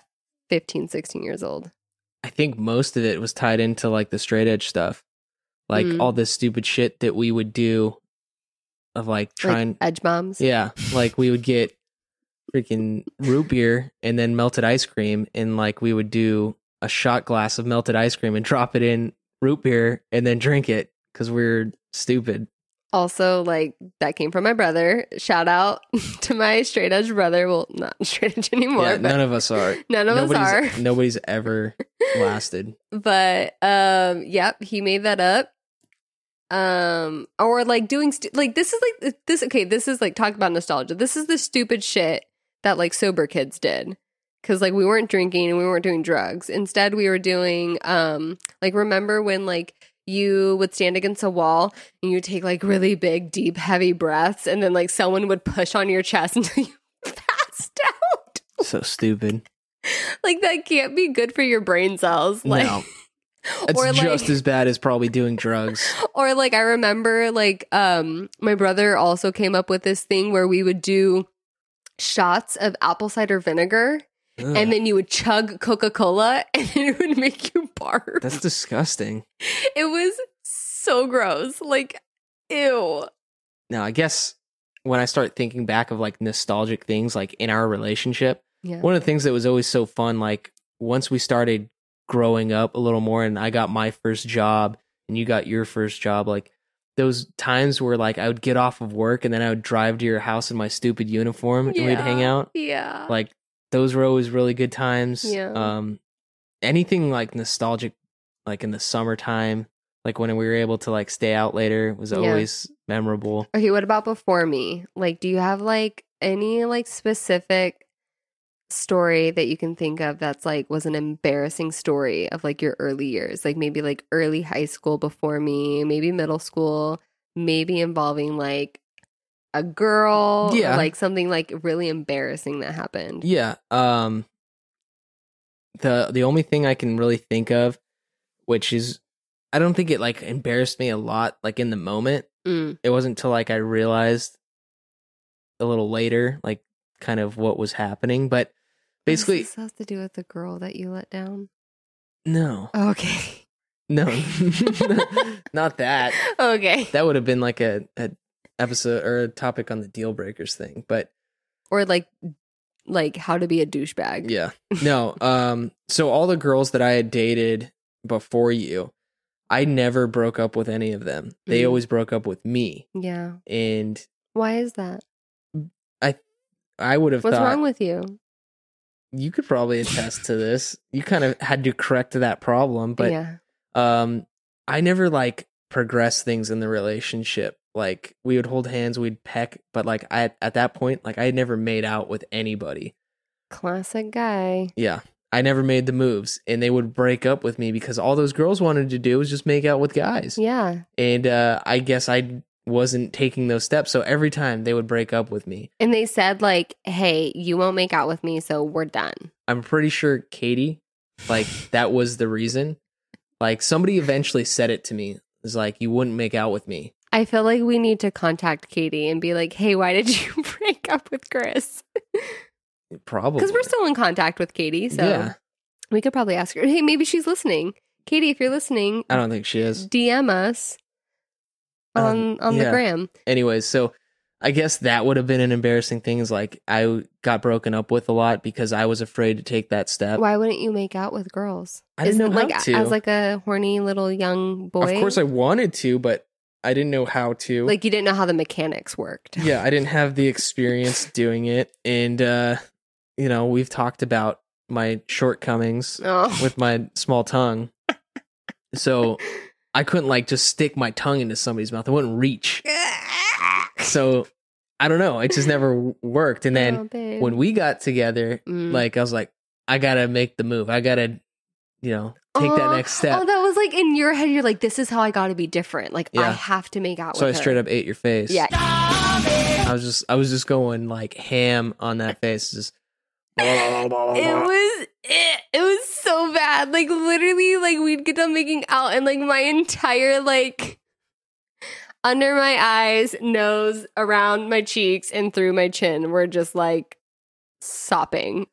Speaker 2: 15, 16 years old?
Speaker 1: I think most of it was tied into like the straight edge stuff, like
Speaker 2: Mm.
Speaker 1: all this stupid shit that we would do, of like trying,
Speaker 2: Like edge bombs.
Speaker 1: yeah, like we would get freaking root beer and then melted ice cream, and like we would do a shot glass of melted ice cream and drop it in root beer and then drink it because we're stupid.
Speaker 2: Also, like that came from my brother. Shout out to my straight edge brother. Well, not straight edge anymore.
Speaker 1: Yeah,
Speaker 2: but
Speaker 1: none of us are.
Speaker 2: None of us
Speaker 1: nobody's, Nobody's ever lasted.
Speaker 2: but um yep he made that up um or like doing stu- like this is like this okay this is like talk about nostalgia this is the stupid shit that like sober kids did because like we weren't drinking and we weren't doing drugs instead we were doing um like remember when like you would stand against a wall and you take like really big deep heavy breaths and then like someone would push on your chest until you passed out
Speaker 1: So stupid.
Speaker 2: like that can't be good for your brain cells like
Speaker 1: no, it's
Speaker 2: or, like-
Speaker 1: just as bad as probably doing drugs.
Speaker 2: or like i remember like um my brother also came up with this thing where we would do shots of apple cider vinegar
Speaker 1: Ugh.
Speaker 2: and then you would chug coca-cola and it would make you barf
Speaker 1: That's disgusting.
Speaker 2: it was so gross like ew
Speaker 1: Now, I guess when I start thinking back of like nostalgic things like in our relationship,
Speaker 2: yeah
Speaker 1: one of the things that was always so fun, like once we started growing up a little more and I got my first job and you got your first job, like those times where like I would get off of work and then I would drive to your house in my stupid uniform and we'd hang
Speaker 2: Yeah.
Speaker 1: out.
Speaker 2: yeah
Speaker 1: Like those were always really good times.
Speaker 2: Yeah.
Speaker 1: Um anything like nostalgic like in the summertime, like when we were able to like stay out later was
Speaker 2: Yeah.
Speaker 1: always memorable.
Speaker 2: okay what about before me like do you have like any like specific story that you can think of that's like was an embarrassing story of like your early years like maybe like early high school before me maybe middle school maybe involving like a girl or,
Speaker 1: Yeah.
Speaker 2: like something like really embarrassing that happened
Speaker 1: Yeah. Um the the only thing I can really think of, which is I don't think it like embarrassed me a lot, like in the moment.
Speaker 2: Mm.
Speaker 1: It wasn't till like I realized a little later, like kind of what was happening. But basically
Speaker 2: Does this have to do with the girl that you let down Oh,
Speaker 1: no.
Speaker 2: okay
Speaker 1: No. Not that.
Speaker 2: okay
Speaker 1: That would have been like a, a episode or a topic on the deal breakers thing. But
Speaker 2: or like like how to be a douchebag
Speaker 1: Yeah. No. Um. So all the girls that I had dated before you, I never broke up with any of them. They
Speaker 2: Mm.
Speaker 1: always broke up with me,
Speaker 2: yeah
Speaker 1: and
Speaker 2: why is that
Speaker 1: I would have
Speaker 2: what's
Speaker 1: thought
Speaker 2: wrong with you
Speaker 1: you could probably attest to this. You kind of had to correct that problem, but
Speaker 2: yeah
Speaker 1: um, I never like progressed things in the relationship. Like we would hold hands, we'd peck, but like I at that point, like I had never made out with anybody.
Speaker 2: classic guy
Speaker 1: Yeah. I never made the moves and they would break up with me because all those girls wanted to do was just make out with guys.
Speaker 2: Yeah.
Speaker 1: And uh I guess I wasn't taking those steps. So every time they would break up with me.
Speaker 2: And they said, like, hey, you won't make out with me, so we're done.
Speaker 1: I'm pretty sure Katie, like, that was the reason. Like, somebody eventually said it to me. It's like, you wouldn't make out with me.
Speaker 2: I feel like we need to contact Katie and be like, hey, why did you break up with Chris?
Speaker 1: Probably.
Speaker 2: Because we're still in contact with Katie. So
Speaker 1: Yeah.
Speaker 2: we could probably ask her, hey, maybe she's listening. Katie, if you're listening,
Speaker 1: I don't think she is.
Speaker 2: DM us
Speaker 1: Um,
Speaker 2: on, on
Speaker 1: yeah.
Speaker 2: the gram.
Speaker 1: Anyways, so I guess that would have been an embarrassing thing is like I got broken up with a lot because I was afraid to take that step.
Speaker 2: Why wouldn't you make out with girls?
Speaker 1: I didn't
Speaker 2: Isn't
Speaker 1: know how
Speaker 2: like
Speaker 1: to.
Speaker 2: as like a horny little young boy.
Speaker 1: Of course I wanted to, but I didn't know how to.
Speaker 2: like you didn't know how the mechanics worked.
Speaker 1: yeah, I didn't have the experience doing it and uh you know, we've talked about my shortcomings
Speaker 2: Oh.
Speaker 1: with my small tongue. So I couldn't like just stick my tongue into somebody's mouth. I wouldn't reach. So I don't know. It just never w- worked. And then
Speaker 2: Oh, babe.
Speaker 1: when we got together,
Speaker 2: Mm.
Speaker 1: like I was like, I gotta make the move. I gotta, you know, take that
Speaker 2: Aw.
Speaker 1: next step.
Speaker 2: Oh, that was like in your head. You're like, this is how I got to be different. Like I
Speaker 1: Yeah.
Speaker 2: have to make out.
Speaker 1: so I
Speaker 2: with her.
Speaker 1: straight up ate your face.
Speaker 2: Yeah.
Speaker 1: I was just, I was just going like ham on that face. Just
Speaker 2: It was it, it was so bad. Like literally, like we'd get done making out, and like my entire like under my eyes, nose, around my cheeks, and through my chin were just like sopping.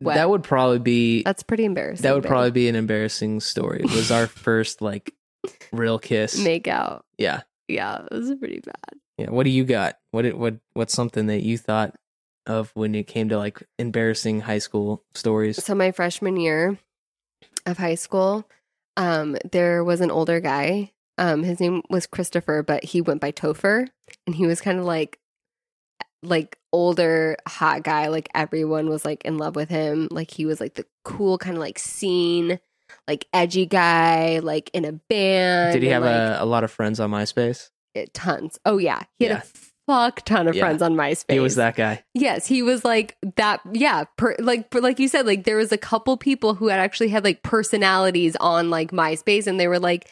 Speaker 2: Wet.
Speaker 1: that would probably be
Speaker 2: That's pretty embarrassing.
Speaker 1: that would
Speaker 2: babe.
Speaker 1: probably be an embarrassing story. It was our first like real kiss.
Speaker 2: make out.
Speaker 1: yeah,
Speaker 2: Yeah, it was pretty bad.
Speaker 1: yeah. What do you got? What did, what what's something that you thought of when it came to like embarrassing high school stories?
Speaker 2: So my freshman year of high school, um, there was an older guy. Um, his name was Christopher, but he went by Topher, and he was kind of like, like older hot guy. Like everyone was like in love with him. Like he was like the cool kind of like scene, like edgy guy, like in a band.
Speaker 1: Did he have
Speaker 2: and, like,
Speaker 1: a, a lot of friends on MySpace?
Speaker 2: it- tons? Oh yeah, he
Speaker 1: Yeah.
Speaker 2: had a fuck ton of
Speaker 1: Yeah.
Speaker 2: friends on MySpace.
Speaker 1: He was that guy.
Speaker 2: Yes, he was like that. Yeah, per, like per, like you said, like there was a couple people who had actually had like personalities on like MySpace, and they were like,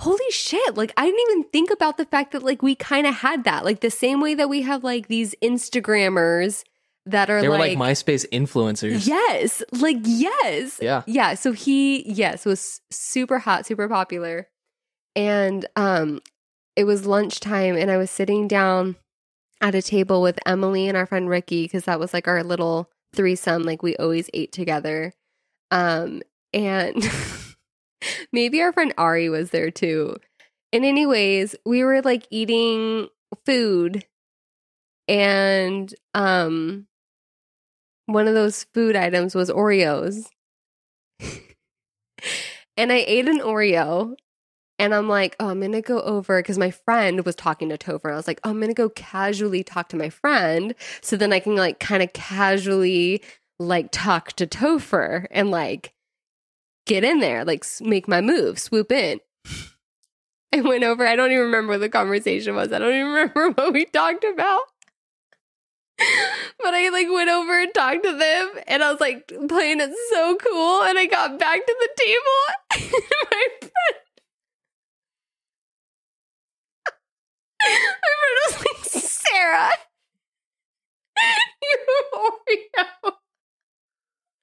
Speaker 2: "Holy shit!" Like I didn't even think about the fact that like we kind of had that, like the same way that we have like these Instagrammers that are
Speaker 1: They were like,
Speaker 2: like,
Speaker 1: MySpace influencers.
Speaker 2: yes, like yes,
Speaker 1: Yeah.
Speaker 2: yeah. So he yes was super hot, super popular, and um, it was lunchtime, and I was sitting down at a table with Emily and our friend Ricky because that was like our little threesome. Like we always ate together, um, and maybe our friend Ari was there too. And anyways, we were like eating food, and um, one of those food items was Oreos. and I ate an Oreo and I'm like, oh, I'm gonna go over because my friend was talking to Topher. And I was like, oh, I'm gonna go casually talk to my friend so then I can like kind of casually like talk to Topher and like get in there, like s- make my move, swoop in. I went over. I don't even remember what the conversation was. I don't even remember what we talked about but I like went over and talked to them, and I was like playing it so cool. And I got back to the table, and my friend, my friend was like, "Sarah, you Oreo."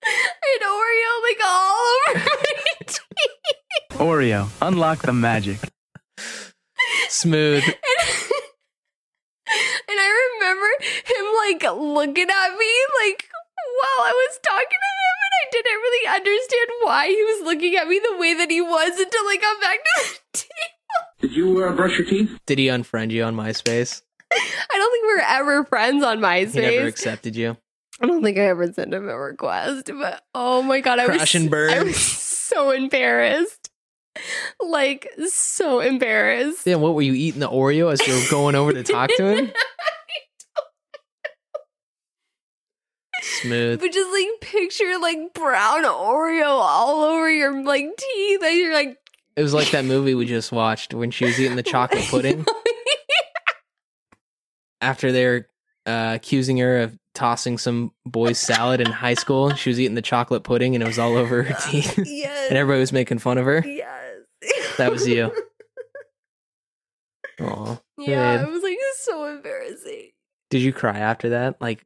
Speaker 2: I had Oreo like all over my teeth.
Speaker 14: Oreo, unlock the magic.
Speaker 1: Smooth.
Speaker 2: And I remember him like looking at me like while I was talking to him, and I didn't really understand why he was looking at me the way that he was until I got back to the table.
Speaker 1: Did you uh, brush your teeth? Did he unfriend you on MySpace?
Speaker 2: I don't think we were ever friends on
Speaker 1: He never
Speaker 2: MySpace.
Speaker 1: accepted you.
Speaker 2: I don't think I ever sent him a request, but oh my god, I
Speaker 1: Crash
Speaker 2: was
Speaker 1: and burn.
Speaker 2: I was so embarrassed, like so embarrassed.
Speaker 1: Then what were you eating the Oreo as you were going over to talk to him? Smooth.
Speaker 2: But just like picture like brown Oreo all over your like teeth, and you're like,
Speaker 1: It was like that movie we just watched when she was eating the chocolate pudding after they're uh, accusing her of tossing some boy's salad in high school. She was eating the chocolate pudding and it was all over her teeth.
Speaker 2: Yes.
Speaker 1: and everybody was making fun of her.
Speaker 2: Yes.
Speaker 1: That was you. Aw,
Speaker 2: Yeah,
Speaker 1: man.
Speaker 2: I was like, it's so embarrassing.
Speaker 1: Did you cry after that? Like,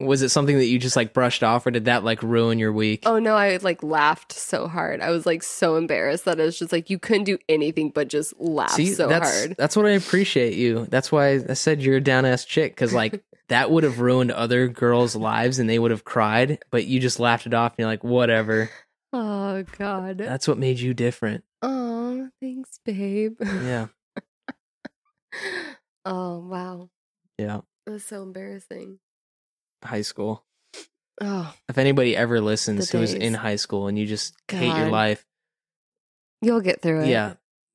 Speaker 1: was it something that you just like brushed off, or did that like ruin your week?
Speaker 2: Oh no, I like laughed so hard. I was like so embarrassed that it was just like you couldn't do anything but just laugh
Speaker 1: See,
Speaker 2: so
Speaker 1: that's
Speaker 2: hard.
Speaker 1: that's what I appreciate you. That's why I said you're a down ass chick because like that would have ruined other girls' lives and they would have cried, but you just laughed it off and you're like, whatever.
Speaker 2: Oh god.
Speaker 1: That's what made you different.
Speaker 2: Oh, thanks, babe.
Speaker 1: Yeah,
Speaker 2: Oh wow.
Speaker 1: yeah.
Speaker 2: It was so embarrassing.
Speaker 1: High school.
Speaker 2: Oh.
Speaker 1: If anybody ever listens
Speaker 2: The
Speaker 1: who was
Speaker 2: days.
Speaker 1: in high school and you just hate your
Speaker 2: God.
Speaker 1: life,
Speaker 2: You'll get through it.
Speaker 1: yeah,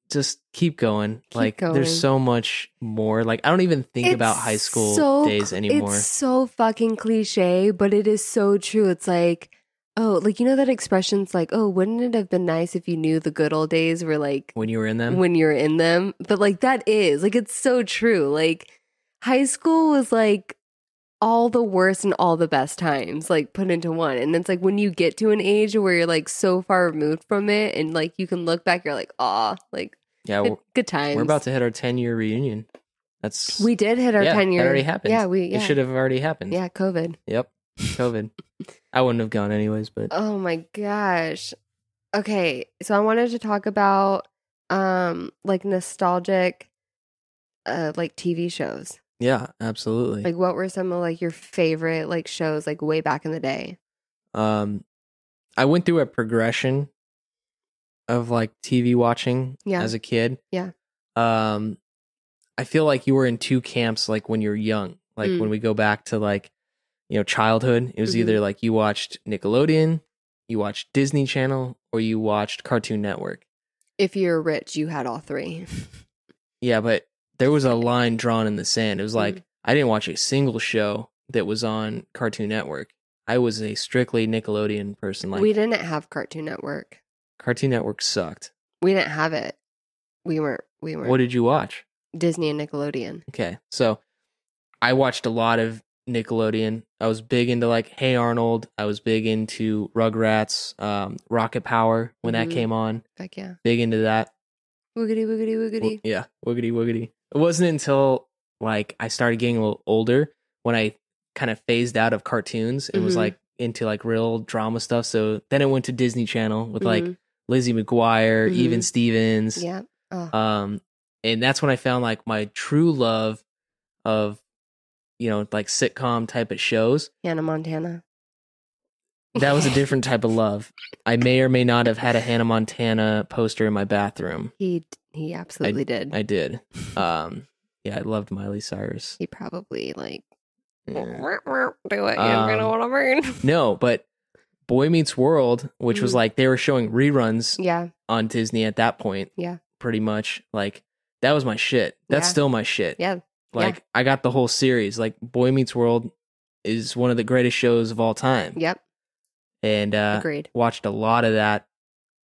Speaker 1: just keep going.
Speaker 2: Keep
Speaker 1: like,
Speaker 2: going.
Speaker 1: there's so much more. Like, I don't even think
Speaker 2: It's
Speaker 1: about high school
Speaker 2: so
Speaker 1: days
Speaker 2: cl-
Speaker 1: anymore.
Speaker 2: It's so fucking cliche, but it is so true. It's like, oh, like you know that expression's like, oh, wouldn't it have been nice if you knew the good old days were like
Speaker 1: When you were in them,
Speaker 2: when you're in them? But like that is like it's so true. Like high school was like all the worst and all the best times like put into one. And it's like when you get to an age where you're like so far removed from it and like you can look back, you're like, ah, like
Speaker 1: yeah,
Speaker 2: good,
Speaker 1: we're,
Speaker 2: good times.
Speaker 1: we're about to hit our 10 year reunion. That's
Speaker 2: we did hit our
Speaker 1: yeah,
Speaker 2: 10 year
Speaker 1: That already happened.
Speaker 2: Yeah, we yeah.
Speaker 1: it should have already happened.
Speaker 2: Yeah, COVID.
Speaker 1: Yep. COVID. I wouldn't have gone anyways, but
Speaker 2: Oh my gosh. Okay, so I wanted to talk about um like nostalgic uh like TV shows.
Speaker 1: yeah, absolutely.
Speaker 2: Like what were some of like your favorite like shows like way back in the day?
Speaker 1: um, I went through a progression of like TV watching
Speaker 2: Yeah.
Speaker 1: as a kid.
Speaker 2: Yeah.
Speaker 1: Um, I feel like you were in two camps, like when you're young. Like
Speaker 2: Mm.
Speaker 1: when we go back to like, you know, childhood, it was
Speaker 2: Mhm.
Speaker 1: either like you watched Nickelodeon, you watched Disney Channel, or you watched Cartoon Network.
Speaker 2: If you're rich, you had all three.
Speaker 1: Yeah, but there was a line drawn in the sand. It was like I didn't watch a single show that was on Cartoon Network. I was a strictly Nickelodeon person. Like
Speaker 2: we didn't have Cartoon Network.
Speaker 1: Cartoon Network sucked.
Speaker 2: We didn't have it. We weren't we weren't
Speaker 1: What did you watch?
Speaker 2: Disney and Nickelodeon.
Speaker 1: Okay, so I watched a lot of Nickelodeon. I was big into like Hey Arnold. I was big into Rugrats, um, Rocket Power when
Speaker 2: Mhm.
Speaker 1: that came on.
Speaker 2: Heck yeah.
Speaker 1: Big into that.
Speaker 2: Woogity woogity woogity.
Speaker 1: Yeah, wiggity wiggity. It wasn't until like I started getting a little older when I kind of phased out of cartoons and was
Speaker 2: Mhm.
Speaker 1: like into like real drama stuff. So then it went to Disney Channel with like
Speaker 2: Mhm.
Speaker 1: Lizzie McGuire,
Speaker 2: Mhm.
Speaker 1: Even Stevens.
Speaker 2: Yeah. Oh.
Speaker 1: Um, and that's when I found like my true love of you know like sitcom type of shows.
Speaker 2: Hannah Montana.
Speaker 1: That was a different type of love. I may or may not have had a Hannah Montana poster in my bathroom.
Speaker 2: He he absolutely did.
Speaker 1: I did. Um, yeah, I loved Miley Cyrus.
Speaker 2: he probably like
Speaker 1: Yeah.
Speaker 2: do it. you know
Speaker 1: Um,
Speaker 2: what I mean?
Speaker 1: No, but Boy Meets World, which was
Speaker 2: Mhm.
Speaker 1: like they were showing reruns
Speaker 2: Yeah,
Speaker 1: on Disney at that point,
Speaker 2: yeah,
Speaker 1: pretty much. Like that was my shit. That's
Speaker 2: Yeah.
Speaker 1: still my shit.
Speaker 2: yeah.
Speaker 1: Like I got the whole series. Like Boy Meets World is one of the greatest shows of all time.
Speaker 2: Yep.
Speaker 1: And uh
Speaker 2: Agreed.
Speaker 1: watched a lot of that.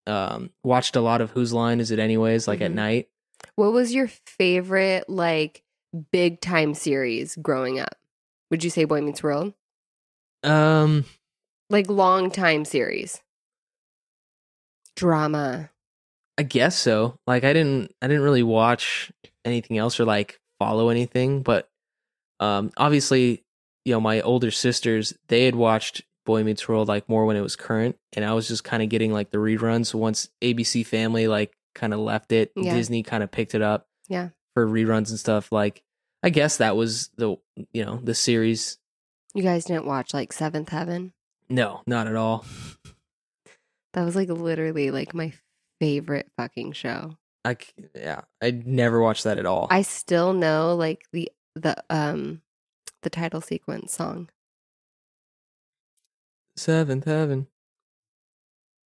Speaker 1: Um watched a lot of Whose Line Is It Anyways, like at
Speaker 2: Mhm.
Speaker 1: night.
Speaker 2: What was your favorite like big time series growing up? Would you say Boy Meets World?
Speaker 1: Um
Speaker 2: Like long time series. Drama.
Speaker 1: I guess so. Like I didn't I didn't really watch anything else or like follow anything, but um obviously, you know, my older sisters, they had watched Boy Meets World like more when it was current and I was just kind of getting like the reruns once ABC Family like kind of left it,
Speaker 2: Yeah.
Speaker 1: Disney kind of picked it up
Speaker 2: Yeah.
Speaker 1: for reruns and stuff like I guess that was the you know, the series.
Speaker 2: You guys didn't watch like Seventh Heaven?
Speaker 1: No, not at all.
Speaker 2: That was like literally like my favorite fucking show.
Speaker 1: I c- yeah, I never watched that at all.
Speaker 2: I still know like the the um the title sequence song.
Speaker 1: Seventh Heaven.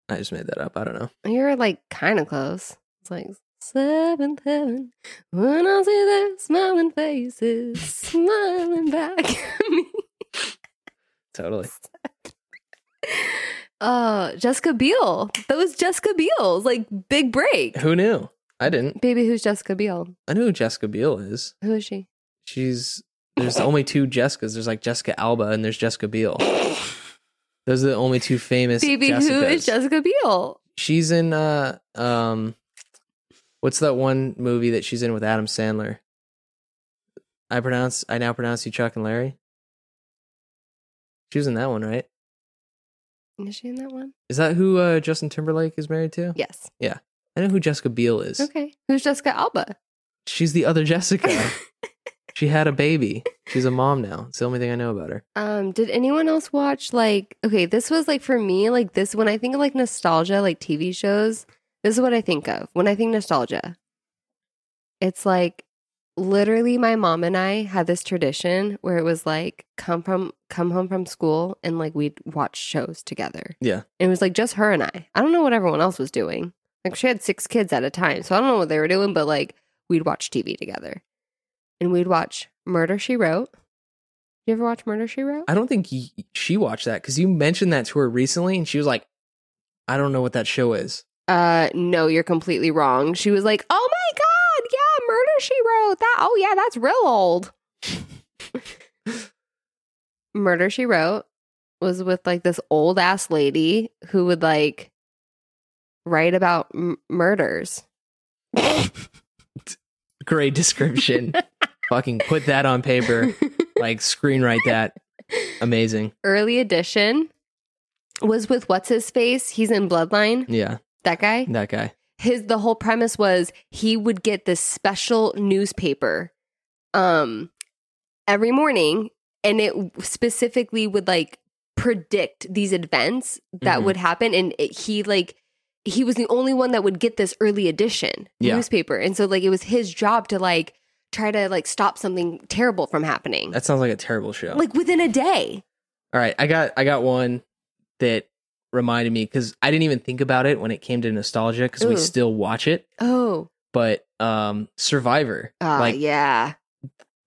Speaker 1: I just made that up. I don't know.
Speaker 2: You're like kind of close. It's like seventh heaven when I see their smiling faces smiling back at me.
Speaker 1: Totally.
Speaker 2: Uh, Jessica Biel. That was Jessica Biel's like big break.
Speaker 1: Who knew? I didn't.
Speaker 2: Baby, who's Jessica Biel?
Speaker 1: I knew who Jessica Biel is.
Speaker 2: Who is she?
Speaker 1: She's there's only two Jessicas. There's like Jessica Alba and there's Jessica Biel. Those are the only two famous.
Speaker 2: Baby, who
Speaker 1: Jessicas.
Speaker 2: is Jessica Biel?
Speaker 1: She's in uh um What's that one movie that she's in with Adam Sandler? I pronounce I now pronounce you Chuck and Larry. She was in that one, right?
Speaker 2: Is she in that one?
Speaker 1: Is that who uh, Justin Timberlake is married to?
Speaker 2: Yes.
Speaker 1: Yeah, I know who Jessica Biel is.
Speaker 2: Okay. Who's Jessica Alba?
Speaker 1: She's the other Jessica. she had a baby. She's a mom now. It's the only thing I know about her.
Speaker 2: Um, did anyone else watch like okay, this was like for me, like this when I think of like nostalgia, like TV shows, this is what I think of. When I think nostalgia. It's like literally my mom and I had this tradition where it was like come from come home from school and like we'd watch shows together.
Speaker 1: Yeah.
Speaker 2: And it was like just her and I. I don't know what everyone else was doing. Like she had six kids at a time, so I don't know what they were doing, but like we'd watch TV together. And we'd watch Murder She Wrote. You ever watch Murder She Wrote?
Speaker 1: I don't think y she watched that because you mentioned that to her recently, and she was like, "I don't know what that show is."
Speaker 2: Uh no, you're completely wrong. She was like, "Oh my god, yeah, Murder She Wrote. That oh yeah, that's real old." Murder She Wrote was with like this old ass lady who would like write about m- murders.
Speaker 1: Great description. Fucking put that on paper, like screenwrite that. Amazing.
Speaker 2: Early edition was with what's his face? He's in Bloodline.
Speaker 1: Yeah,
Speaker 2: That guy?
Speaker 1: that guy.
Speaker 2: his the whole premise was he would get this special newspaper um every morning and it specifically would like predict these events that
Speaker 1: Mhm.
Speaker 2: would happen and it, he like he was the only one that would get this early edition
Speaker 1: Yeah.
Speaker 2: newspaper and so like it was his job to like try to like stop something terrible from happening
Speaker 1: That sounds like a terrible show.
Speaker 2: like within a day
Speaker 1: All right, I got I got one that reminded me because I didn't even think about it when it came to nostalgia because we
Speaker 2: Ooh.
Speaker 1: still watch it.
Speaker 2: oh
Speaker 1: But um, Survivor,
Speaker 2: uh,
Speaker 1: like
Speaker 2: yeah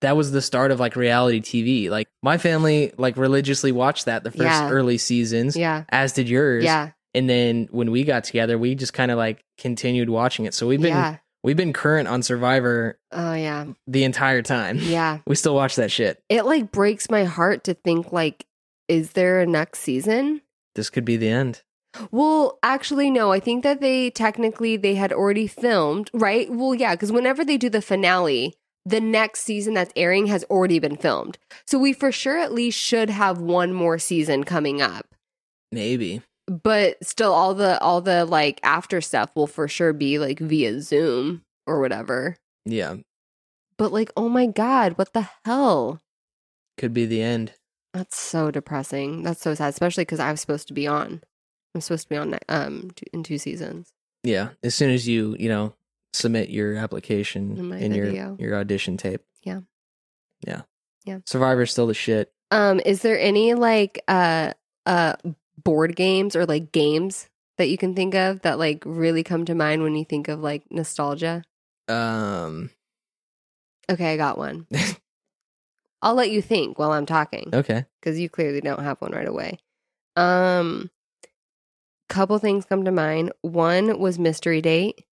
Speaker 1: that was the start of like reality TV. Like my family like religiously watched that the first
Speaker 2: Yeah.
Speaker 1: early seasons,
Speaker 2: yeah
Speaker 1: as did yours.
Speaker 2: yeah
Speaker 1: And then when we got together, we just kind of like continued watching it. So we've been
Speaker 2: yeah
Speaker 1: we've been current on Survivor
Speaker 2: oh yeah
Speaker 1: the entire time.
Speaker 2: yeah
Speaker 1: We still watch that shit.
Speaker 2: it like breaks my heart to think like is there a next season
Speaker 1: This could be the end.
Speaker 2: well actually no i think that they technically they had already filmed right well yeah because whenever they do the finale the next season that's airing has already been filmed so we for sure at least should have one more season coming up
Speaker 1: Maybe.
Speaker 2: but still all the all the like after stuff will for sure be like via zoom or whatever
Speaker 1: Yeah.
Speaker 2: but like oh my god what the hell
Speaker 1: Could be the end.
Speaker 2: That's so depressing. That's so sad, especially because I was supposed to be on. I'm supposed to be on ne- um t- in two seasons.
Speaker 1: Yeah. As soon as you, you know, submit your application
Speaker 2: In my
Speaker 1: and your
Speaker 2: video.
Speaker 1: your audition tape.
Speaker 2: Yeah.
Speaker 1: Yeah.
Speaker 2: Yeah.
Speaker 1: Survivor's still the shit.
Speaker 2: Um, is there any like uh uh board games or like games that you can think of that like really come to mind when you think of like nostalgia?
Speaker 1: Um
Speaker 2: Okay, I got one. I'll let you think while I'm talking
Speaker 1: okay.
Speaker 2: because you clearly don't have one right away. Um, couple things come to mind. One was mystery date,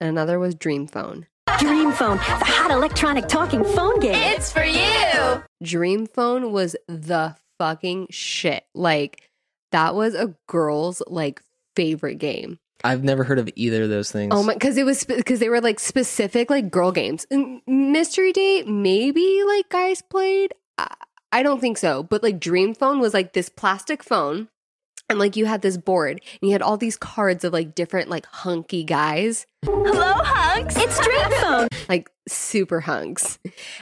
Speaker 2: and another was dream phone.
Speaker 15: Dream Phone, the hot electronic talking phone game. It's for you.
Speaker 2: Dream Phone was the fucking shit. Like that was a girl's like favorite game.
Speaker 1: I've never heard of either of those things.
Speaker 2: Oh my cuz it was cuz they were like specific like girl games. M- Mystery Date maybe like guys played. I, I don't think so, but like Dream Phone was like this plastic phone and like you had this board and you had all these cards of like different like hunky guys
Speaker 15: Hello, hunks. It's Dream Phone.
Speaker 2: like super hunks.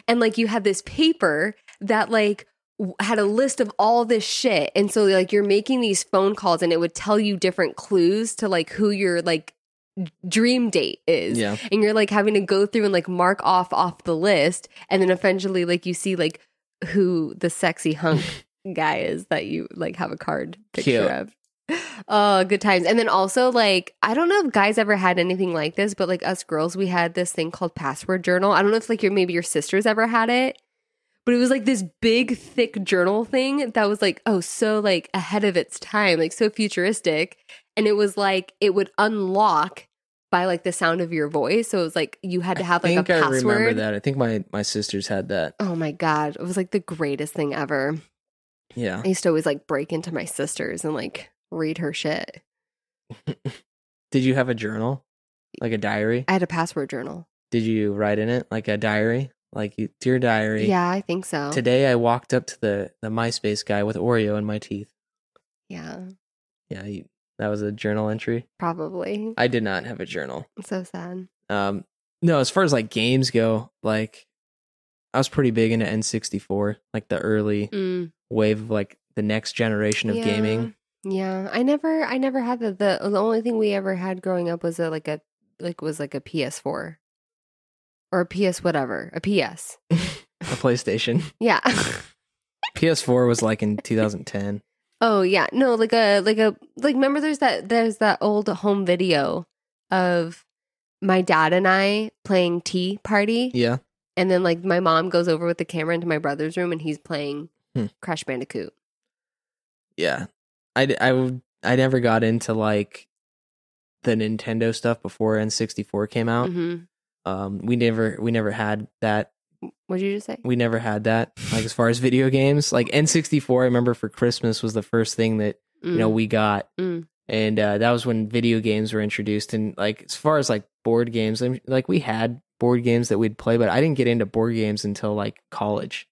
Speaker 2: And like you had this paper that like w- had a list of all this shit. And so like you're making these phone calls and it would tell you different clues to like who your like d- dream date is.
Speaker 1: Yeah.
Speaker 2: And you're like having to go through and like mark off off the list and then eventually like you see like who the sexy hunk guy is that you like have a card picture
Speaker 1: Cute.
Speaker 2: of. Oh, good times. And then also, like, I don't know if guys ever had anything like this, but like us girls, we had this thing called password journal. I don't know if like your maybe your sisters ever had it, but it was like this big, thick journal thing that was like, oh, so like ahead of its time, like so futuristic. And it was like, it would unlock by like the sound of your voice. So it was like you had to have
Speaker 1: I
Speaker 2: like a
Speaker 1: think I
Speaker 2: password.
Speaker 1: remember that. I think my my sisters had that.
Speaker 2: Oh my God. It was like the greatest thing ever.
Speaker 1: Yeah.
Speaker 2: I used to always like break into my sisters and like read her shit.
Speaker 1: Did you have a journal? Like a diary?
Speaker 2: I had a password journal.
Speaker 1: Did you write in it like a diary? Like you- dear diary.
Speaker 2: Yeah, I think so.
Speaker 1: Today I walked up to the the MySpace guy with Oreo in my teeth.
Speaker 2: Yeah,
Speaker 1: Yeah, you, that was a journal entry.
Speaker 2: probably.
Speaker 1: I did not have a journal.
Speaker 2: so sad.
Speaker 1: Um, no, as far as like games go, like I was pretty big into N64, like the early
Speaker 2: Mm.
Speaker 1: wave of like the next generation of
Speaker 2: Yeah.
Speaker 1: gaming.
Speaker 2: Yeah, I never, I never had the, the the only thing we ever had growing up was a like a like was like a PS4 or a PS whatever, a PS.
Speaker 1: A PlayStation.
Speaker 2: Yeah.
Speaker 1: PS4 was like in 2010.
Speaker 2: oh yeah, no, like a like a like remember there's that there's that old home video of my dad and I playing tea party.
Speaker 1: Yeah.
Speaker 2: And then like my mom goes over with the camera into my brother's room and he's playing
Speaker 1: Hmm.
Speaker 2: Crash Bandicoot.
Speaker 1: Yeah. I, d- I, w- I never got into like the Nintendo stuff before N64 came out.
Speaker 2: Mhm.
Speaker 1: Um, we never we never had that
Speaker 2: What did you just say?
Speaker 1: we never had that like as far as video games like n64 i remember for christmas was the first thing that you know
Speaker 2: Mm.
Speaker 1: we got
Speaker 2: Mm.
Speaker 1: and uh, that was when video games were introduced and like as far as like board games I'm, like we had board games that we'd play but i didn't get into board games until like college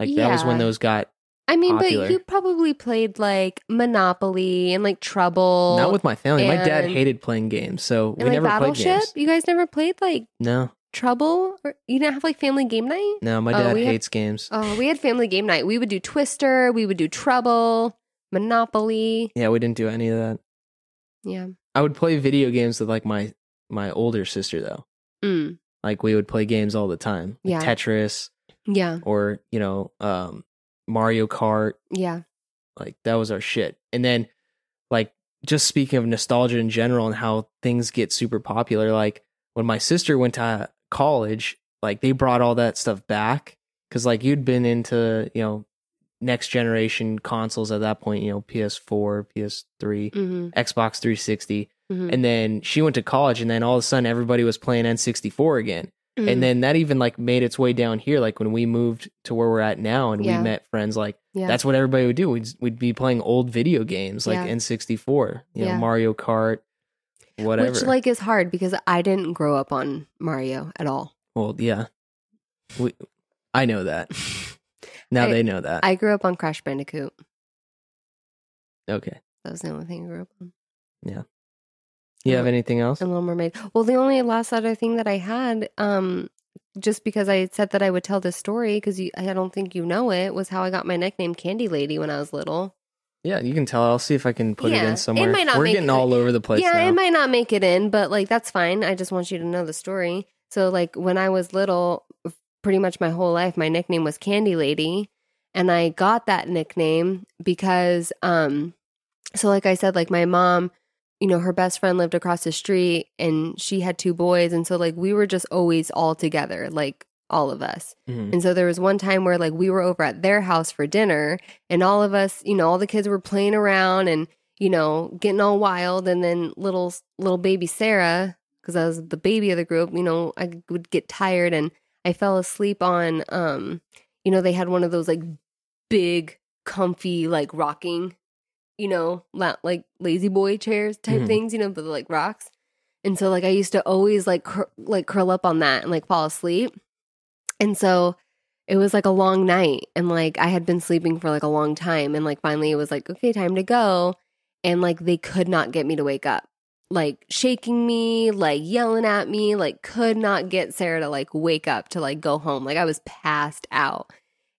Speaker 1: like that was when
Speaker 2: Yeah.
Speaker 1: those got
Speaker 2: I mean,
Speaker 1: popular.
Speaker 2: but you probably played like Monopoly and like Trouble.
Speaker 1: not with my family my dad
Speaker 2: and-
Speaker 1: hated playing games so
Speaker 2: and,
Speaker 1: we
Speaker 2: like
Speaker 1: never
Speaker 2: Battleship.
Speaker 1: played games
Speaker 2: You guys never played like
Speaker 1: no
Speaker 2: Trouble, or you didn't have like family game night.
Speaker 1: no my
Speaker 2: Oh,
Speaker 1: dad
Speaker 2: we had-
Speaker 1: hates games
Speaker 2: Oh, we had family game night. We would do Twister. We would do Trouble, Monopoly.
Speaker 1: yeah we didn't do any of that
Speaker 2: Yeah.
Speaker 1: i would play video games with like my my older sister though
Speaker 2: Mm.
Speaker 1: like we would play games all the time like
Speaker 2: Yeah.
Speaker 1: tetris
Speaker 2: Yeah.
Speaker 1: or you know um mario kart
Speaker 2: Yeah.
Speaker 1: like that was our shit and then like just speaking of nostalgia in general and how things get super popular like when my sister went to college like they brought all that stuff back because like you'd been into you know next generation consoles at that point you know ps4 ps3
Speaker 2: Mhm.
Speaker 1: xbox 360
Speaker 2: Mhm.
Speaker 1: and then she went to college and then all of a sudden everybody was playing n64 again
Speaker 2: Mhm.
Speaker 1: and then that even like made its way down here like when we moved to where we're at now and
Speaker 2: Yeah.
Speaker 1: we met friends like
Speaker 2: Yeah.
Speaker 1: that's what everybody would do we'd, we'd be playing old video games like
Speaker 2: Yeah.
Speaker 1: n64 you know
Speaker 2: Yeah.
Speaker 1: mario kart whatever
Speaker 2: Which like is hard because I didn't grow up on Mario at all.
Speaker 1: well yeah we, i know that now
Speaker 2: I-
Speaker 1: they know that
Speaker 2: I grew up on Crash Bandicoot.
Speaker 1: okay
Speaker 2: That was the only thing I grew up on.
Speaker 1: yeah you have
Speaker 2: Um,
Speaker 1: anything else
Speaker 2: And Little Mermaid. Well, the only last other thing that I had, um, just because I had said that I would tell this story, because I don't think you know it, was how I got my nickname Candy Lady when I was little.
Speaker 1: yeah you can tell i'll see if i can put it
Speaker 2: Yeah,
Speaker 1: in
Speaker 2: it
Speaker 1: somewhere
Speaker 2: might not
Speaker 1: we're
Speaker 2: make-
Speaker 1: getting all over the place
Speaker 2: yeah,
Speaker 1: now
Speaker 2: it might not make it in, but like that's fine. I just want you to know the story. So, like when I was little, pretty much my whole life, my nickname was Candy Lady, and I got that nickname because, um, so like I said, like my mom, you know, her best friend lived across the street, and she had two boys, and so like we were just always all together, like all of us.
Speaker 1: Mm-hmm.
Speaker 16: Mhm.
Speaker 2: And so there was one time where like we were over at their house for dinner and all of us, you know, all the kids were playing around and, you know, getting all wild and then little little baby Sarah cuz I was the baby of the group, you know, I would get tired and I fell asleep on um you know, they had one of those like big comfy like rocking, you know, la- like lazy boy chairs type
Speaker 16: Mhm.
Speaker 2: things, you know, but like rocks. And so like I used to always like cur- like curl up on that and like fall asleep. And so it was like a long night and like I had been sleeping for like a long time and like finally it was like okay time to go and like they could not get me to wake up. Like shaking me, like yelling at me, like could not get Sarah to like wake up to like go home. Like I was passed out.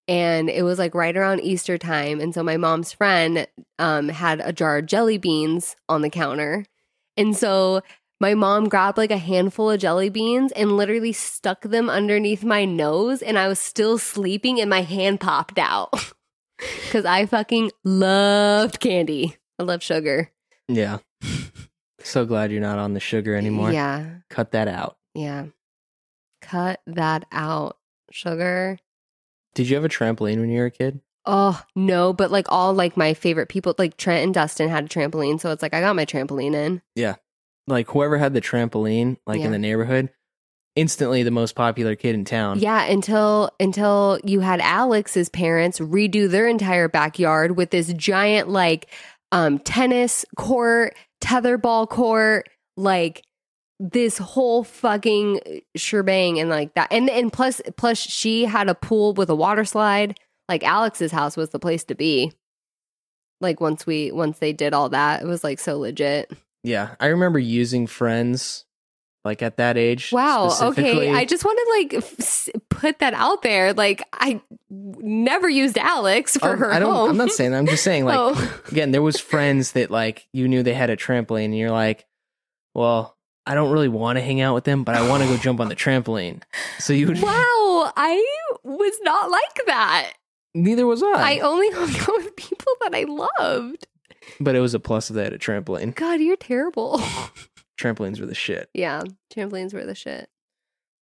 Speaker 2: And it was like right around Easter time and so my mom's friend um had a jar of jelly beans on the counter. And so my mom grabbed like a handful of jelly beans and literally stuck them underneath my nose, and I was still sleeping, and my hand popped out because I fucking loved candy. I love sugar.
Speaker 1: yeah so glad you're not on the sugar anymore
Speaker 2: Yeah.
Speaker 1: cut that out
Speaker 2: Yeah. Cut that out, sugar.
Speaker 1: did you have a trampoline when you were a kid
Speaker 2: Oh, no, but like all like my favorite people, like Trent and Dustin had a trampoline. So it's like I got my trampoline in.
Speaker 1: Yeah. Like whoever had the trampoline, like
Speaker 2: Yeah.
Speaker 1: in the neighborhood, instantly the most popular kid in town.
Speaker 2: Yeah, until until you had Alex's parents redo their entire backyard with this giant like um tennis court, tetherball court, like this whole fucking uh, shebang and like that and and plus plus she had a pool with a water slide like alex's house was the place to be like once we once they did all that it was like so legit
Speaker 1: Yeah, I remember using friends like at that age.
Speaker 2: wow
Speaker 1: specifically.
Speaker 2: okay i just want to like f- s- put that out there like i never used alex for
Speaker 1: Um,
Speaker 2: her
Speaker 1: I don't.
Speaker 2: home
Speaker 1: I'm not saying that. I'm just saying like
Speaker 2: Oh.
Speaker 1: again, there was friends that like you knew they had a trampoline, and you're like, well, I don't really want to hang out with them, but I want to go jump on the trampoline. So you would.
Speaker 2: wow i was not like that
Speaker 1: Neither was I.
Speaker 2: i only hung out with people that i loved
Speaker 1: but it was a plus if they had a trampoline.
Speaker 2: god you're terrible
Speaker 1: Trampolines were the shit.
Speaker 2: yeah trampolines were the shit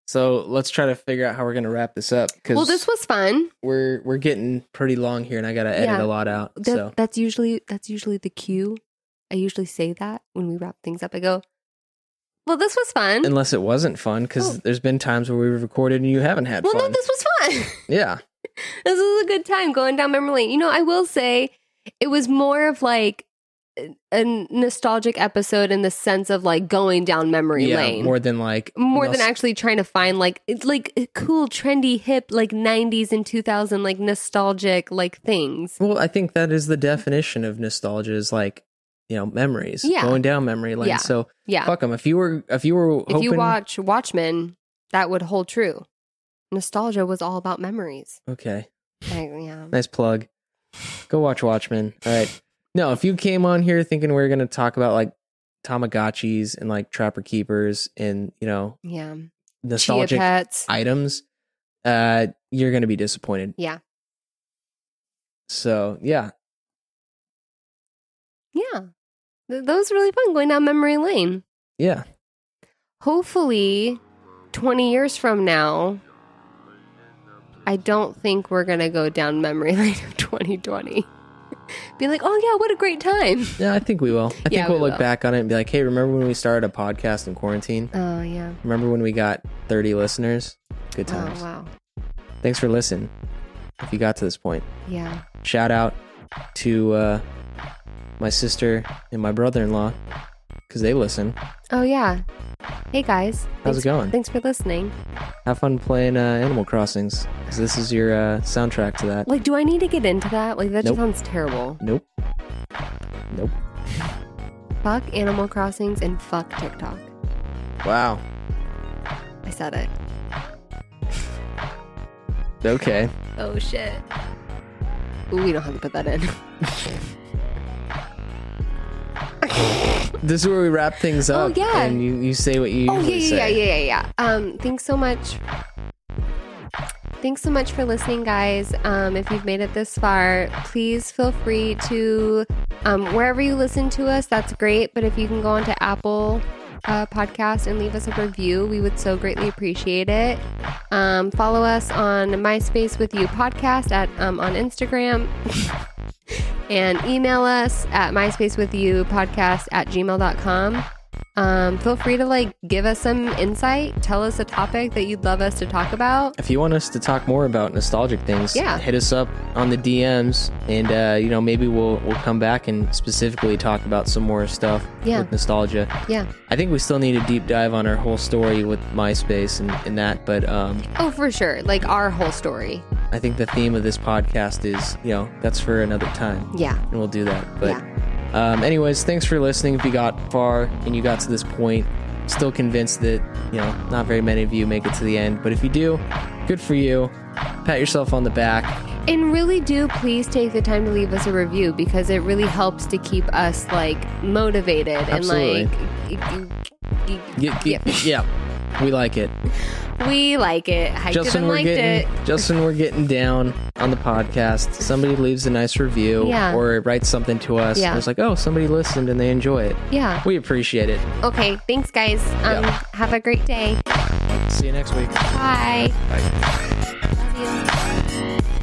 Speaker 1: So let's try to figure out how we're gonna wrap this up because
Speaker 2: well this was fun
Speaker 1: we're we're getting pretty long here, and I gotta edit
Speaker 2: Yeah.
Speaker 1: a lot out.
Speaker 2: That-
Speaker 1: so
Speaker 2: that's usually that's usually the cue. I usually say that when we wrap things up. I go, "Well, this was fun."
Speaker 1: unless it wasn't fun, because
Speaker 2: Oh.
Speaker 1: there's been times where we've recorded and you haven't had
Speaker 2: well,
Speaker 1: fun.
Speaker 2: no, this was fun.
Speaker 1: yeah.
Speaker 2: this was a good time going down memory lane. You know, I will say it was more of like a- a nostalgic episode in the sense of like going down memory
Speaker 1: yeah,
Speaker 2: lane.
Speaker 1: more than like
Speaker 2: more than
Speaker 1: nos-
Speaker 2: actually trying to find like it's like cool trendy hip like 90s and 2000 like nostalgic like things
Speaker 1: Well, I think that is the definition of nostalgia is like, you know, memories.
Speaker 2: Yeah.
Speaker 1: Going down memory lane.
Speaker 2: Yeah.
Speaker 1: So
Speaker 2: Yeah.
Speaker 1: fuck them. If you were if you were hoping
Speaker 2: if you watch Watchmen, that would hold true. Nostalgia was all about memories.
Speaker 1: Okay.
Speaker 2: Like, yeah.
Speaker 1: Nice plug. Go watch Watchmen. All right. No, if you came on here thinking we are gonna talk about like Tamagotchis and like Trapper Keepers and, you know,
Speaker 2: Yeah.
Speaker 1: nostalgic
Speaker 2: pets.
Speaker 1: items, uh, you're gonna be disappointed.
Speaker 2: Yeah.
Speaker 1: So yeah.
Speaker 2: Yeah. Th- that was really fun going down memory lane.
Speaker 1: Yeah.
Speaker 2: Hopefully, 20 years from now, I don't think we're going to go down memory lane of 2020. Be like, oh, yeah, what a great time.
Speaker 1: Yeah, I think we will. I think
Speaker 2: Yeah,
Speaker 1: we'll
Speaker 2: we
Speaker 1: look
Speaker 2: will.
Speaker 1: back on it and be like, hey, remember when we started a podcast in quarantine?
Speaker 2: Oh, yeah.
Speaker 1: Remember when we got 30 listeners? Good times.
Speaker 2: Oh, wow.
Speaker 1: Thanks for listening. If you got to this point,
Speaker 2: Yeah.
Speaker 1: shout out to uh, my sister and my brother in law because they listen.
Speaker 2: Oh, yeah. Hey, guys.
Speaker 1: How's it
Speaker 2: Thanks-
Speaker 1: going?
Speaker 2: Thanks for listening.
Speaker 1: Have fun playing uh, Animal Crossings because this is your uh, soundtrack to that.
Speaker 2: Like, do I need to get into that? Like, that
Speaker 1: Nope.
Speaker 2: just sounds terrible.
Speaker 1: Nope. Nope.
Speaker 2: Fuck Animal Crossings and fuck TikTok.
Speaker 1: Wow.
Speaker 2: I said it.
Speaker 1: Okay.
Speaker 2: Oh shit. Ooh, we don't have to put that in.
Speaker 1: This is where we wrap things up.
Speaker 2: Oh, yeah.
Speaker 1: And you, you say what you
Speaker 2: oh yeah,
Speaker 1: usually say.
Speaker 2: yeah, yeah, yeah, yeah, yeah. Um, thanks so much. Thanks so much for listening, guys. Um, if you've made it this far, please feel free to um, wherever you listen to us. That's great. But if you can go onto Apple uh, Podcast and leave us a review, we would so greatly appreciate it. Um, follow us on MySpace with You podcast at um, on Instagram. and email us at myspace with you podcast at gmail.com um, feel free to like give us some insight tell us a topic that you'd love us to talk about
Speaker 1: if you want us to talk more about nostalgic things,
Speaker 2: Yeah.
Speaker 1: hit us up on the DMs, and uh, you know maybe we'll we'll come back and specifically talk about some more stuff
Speaker 2: Yeah.
Speaker 1: with nostalgia.
Speaker 2: yeah
Speaker 1: I think we still need a deep dive on our whole story with MySpace and, and that, but um,
Speaker 2: oh for sure like our whole story
Speaker 1: I think the theme of this podcast is you know that's for another time.
Speaker 2: Yeah.
Speaker 1: and we'll do that. But um, anyways, thanks for listening. If you got far and you got to this point, still convinced that you know not very many of you make it to the end, but if you do, good for you. Pat yourself on the back.
Speaker 2: and really do please take the time to leave us a review because it really helps to keep us like motivated
Speaker 1: Absolutely.
Speaker 2: and like y- y- y-
Speaker 1: Yeah,
Speaker 2: Yeah.
Speaker 1: yeah. we like it.
Speaker 2: we like it i
Speaker 1: just
Speaker 2: didn't
Speaker 1: when we're
Speaker 2: like it
Speaker 1: getting, just when we're getting down on the podcast, somebody leaves a nice review
Speaker 2: Yeah.
Speaker 1: or writes something to us.
Speaker 2: Yeah.
Speaker 1: And it's like, oh, somebody listened and they enjoy it.
Speaker 2: Yeah.
Speaker 1: we appreciate it.
Speaker 2: okay thanks guys um
Speaker 1: Yeah.
Speaker 2: have a great day
Speaker 1: See you next week.
Speaker 2: bye
Speaker 1: Bye.
Speaker 2: Love you.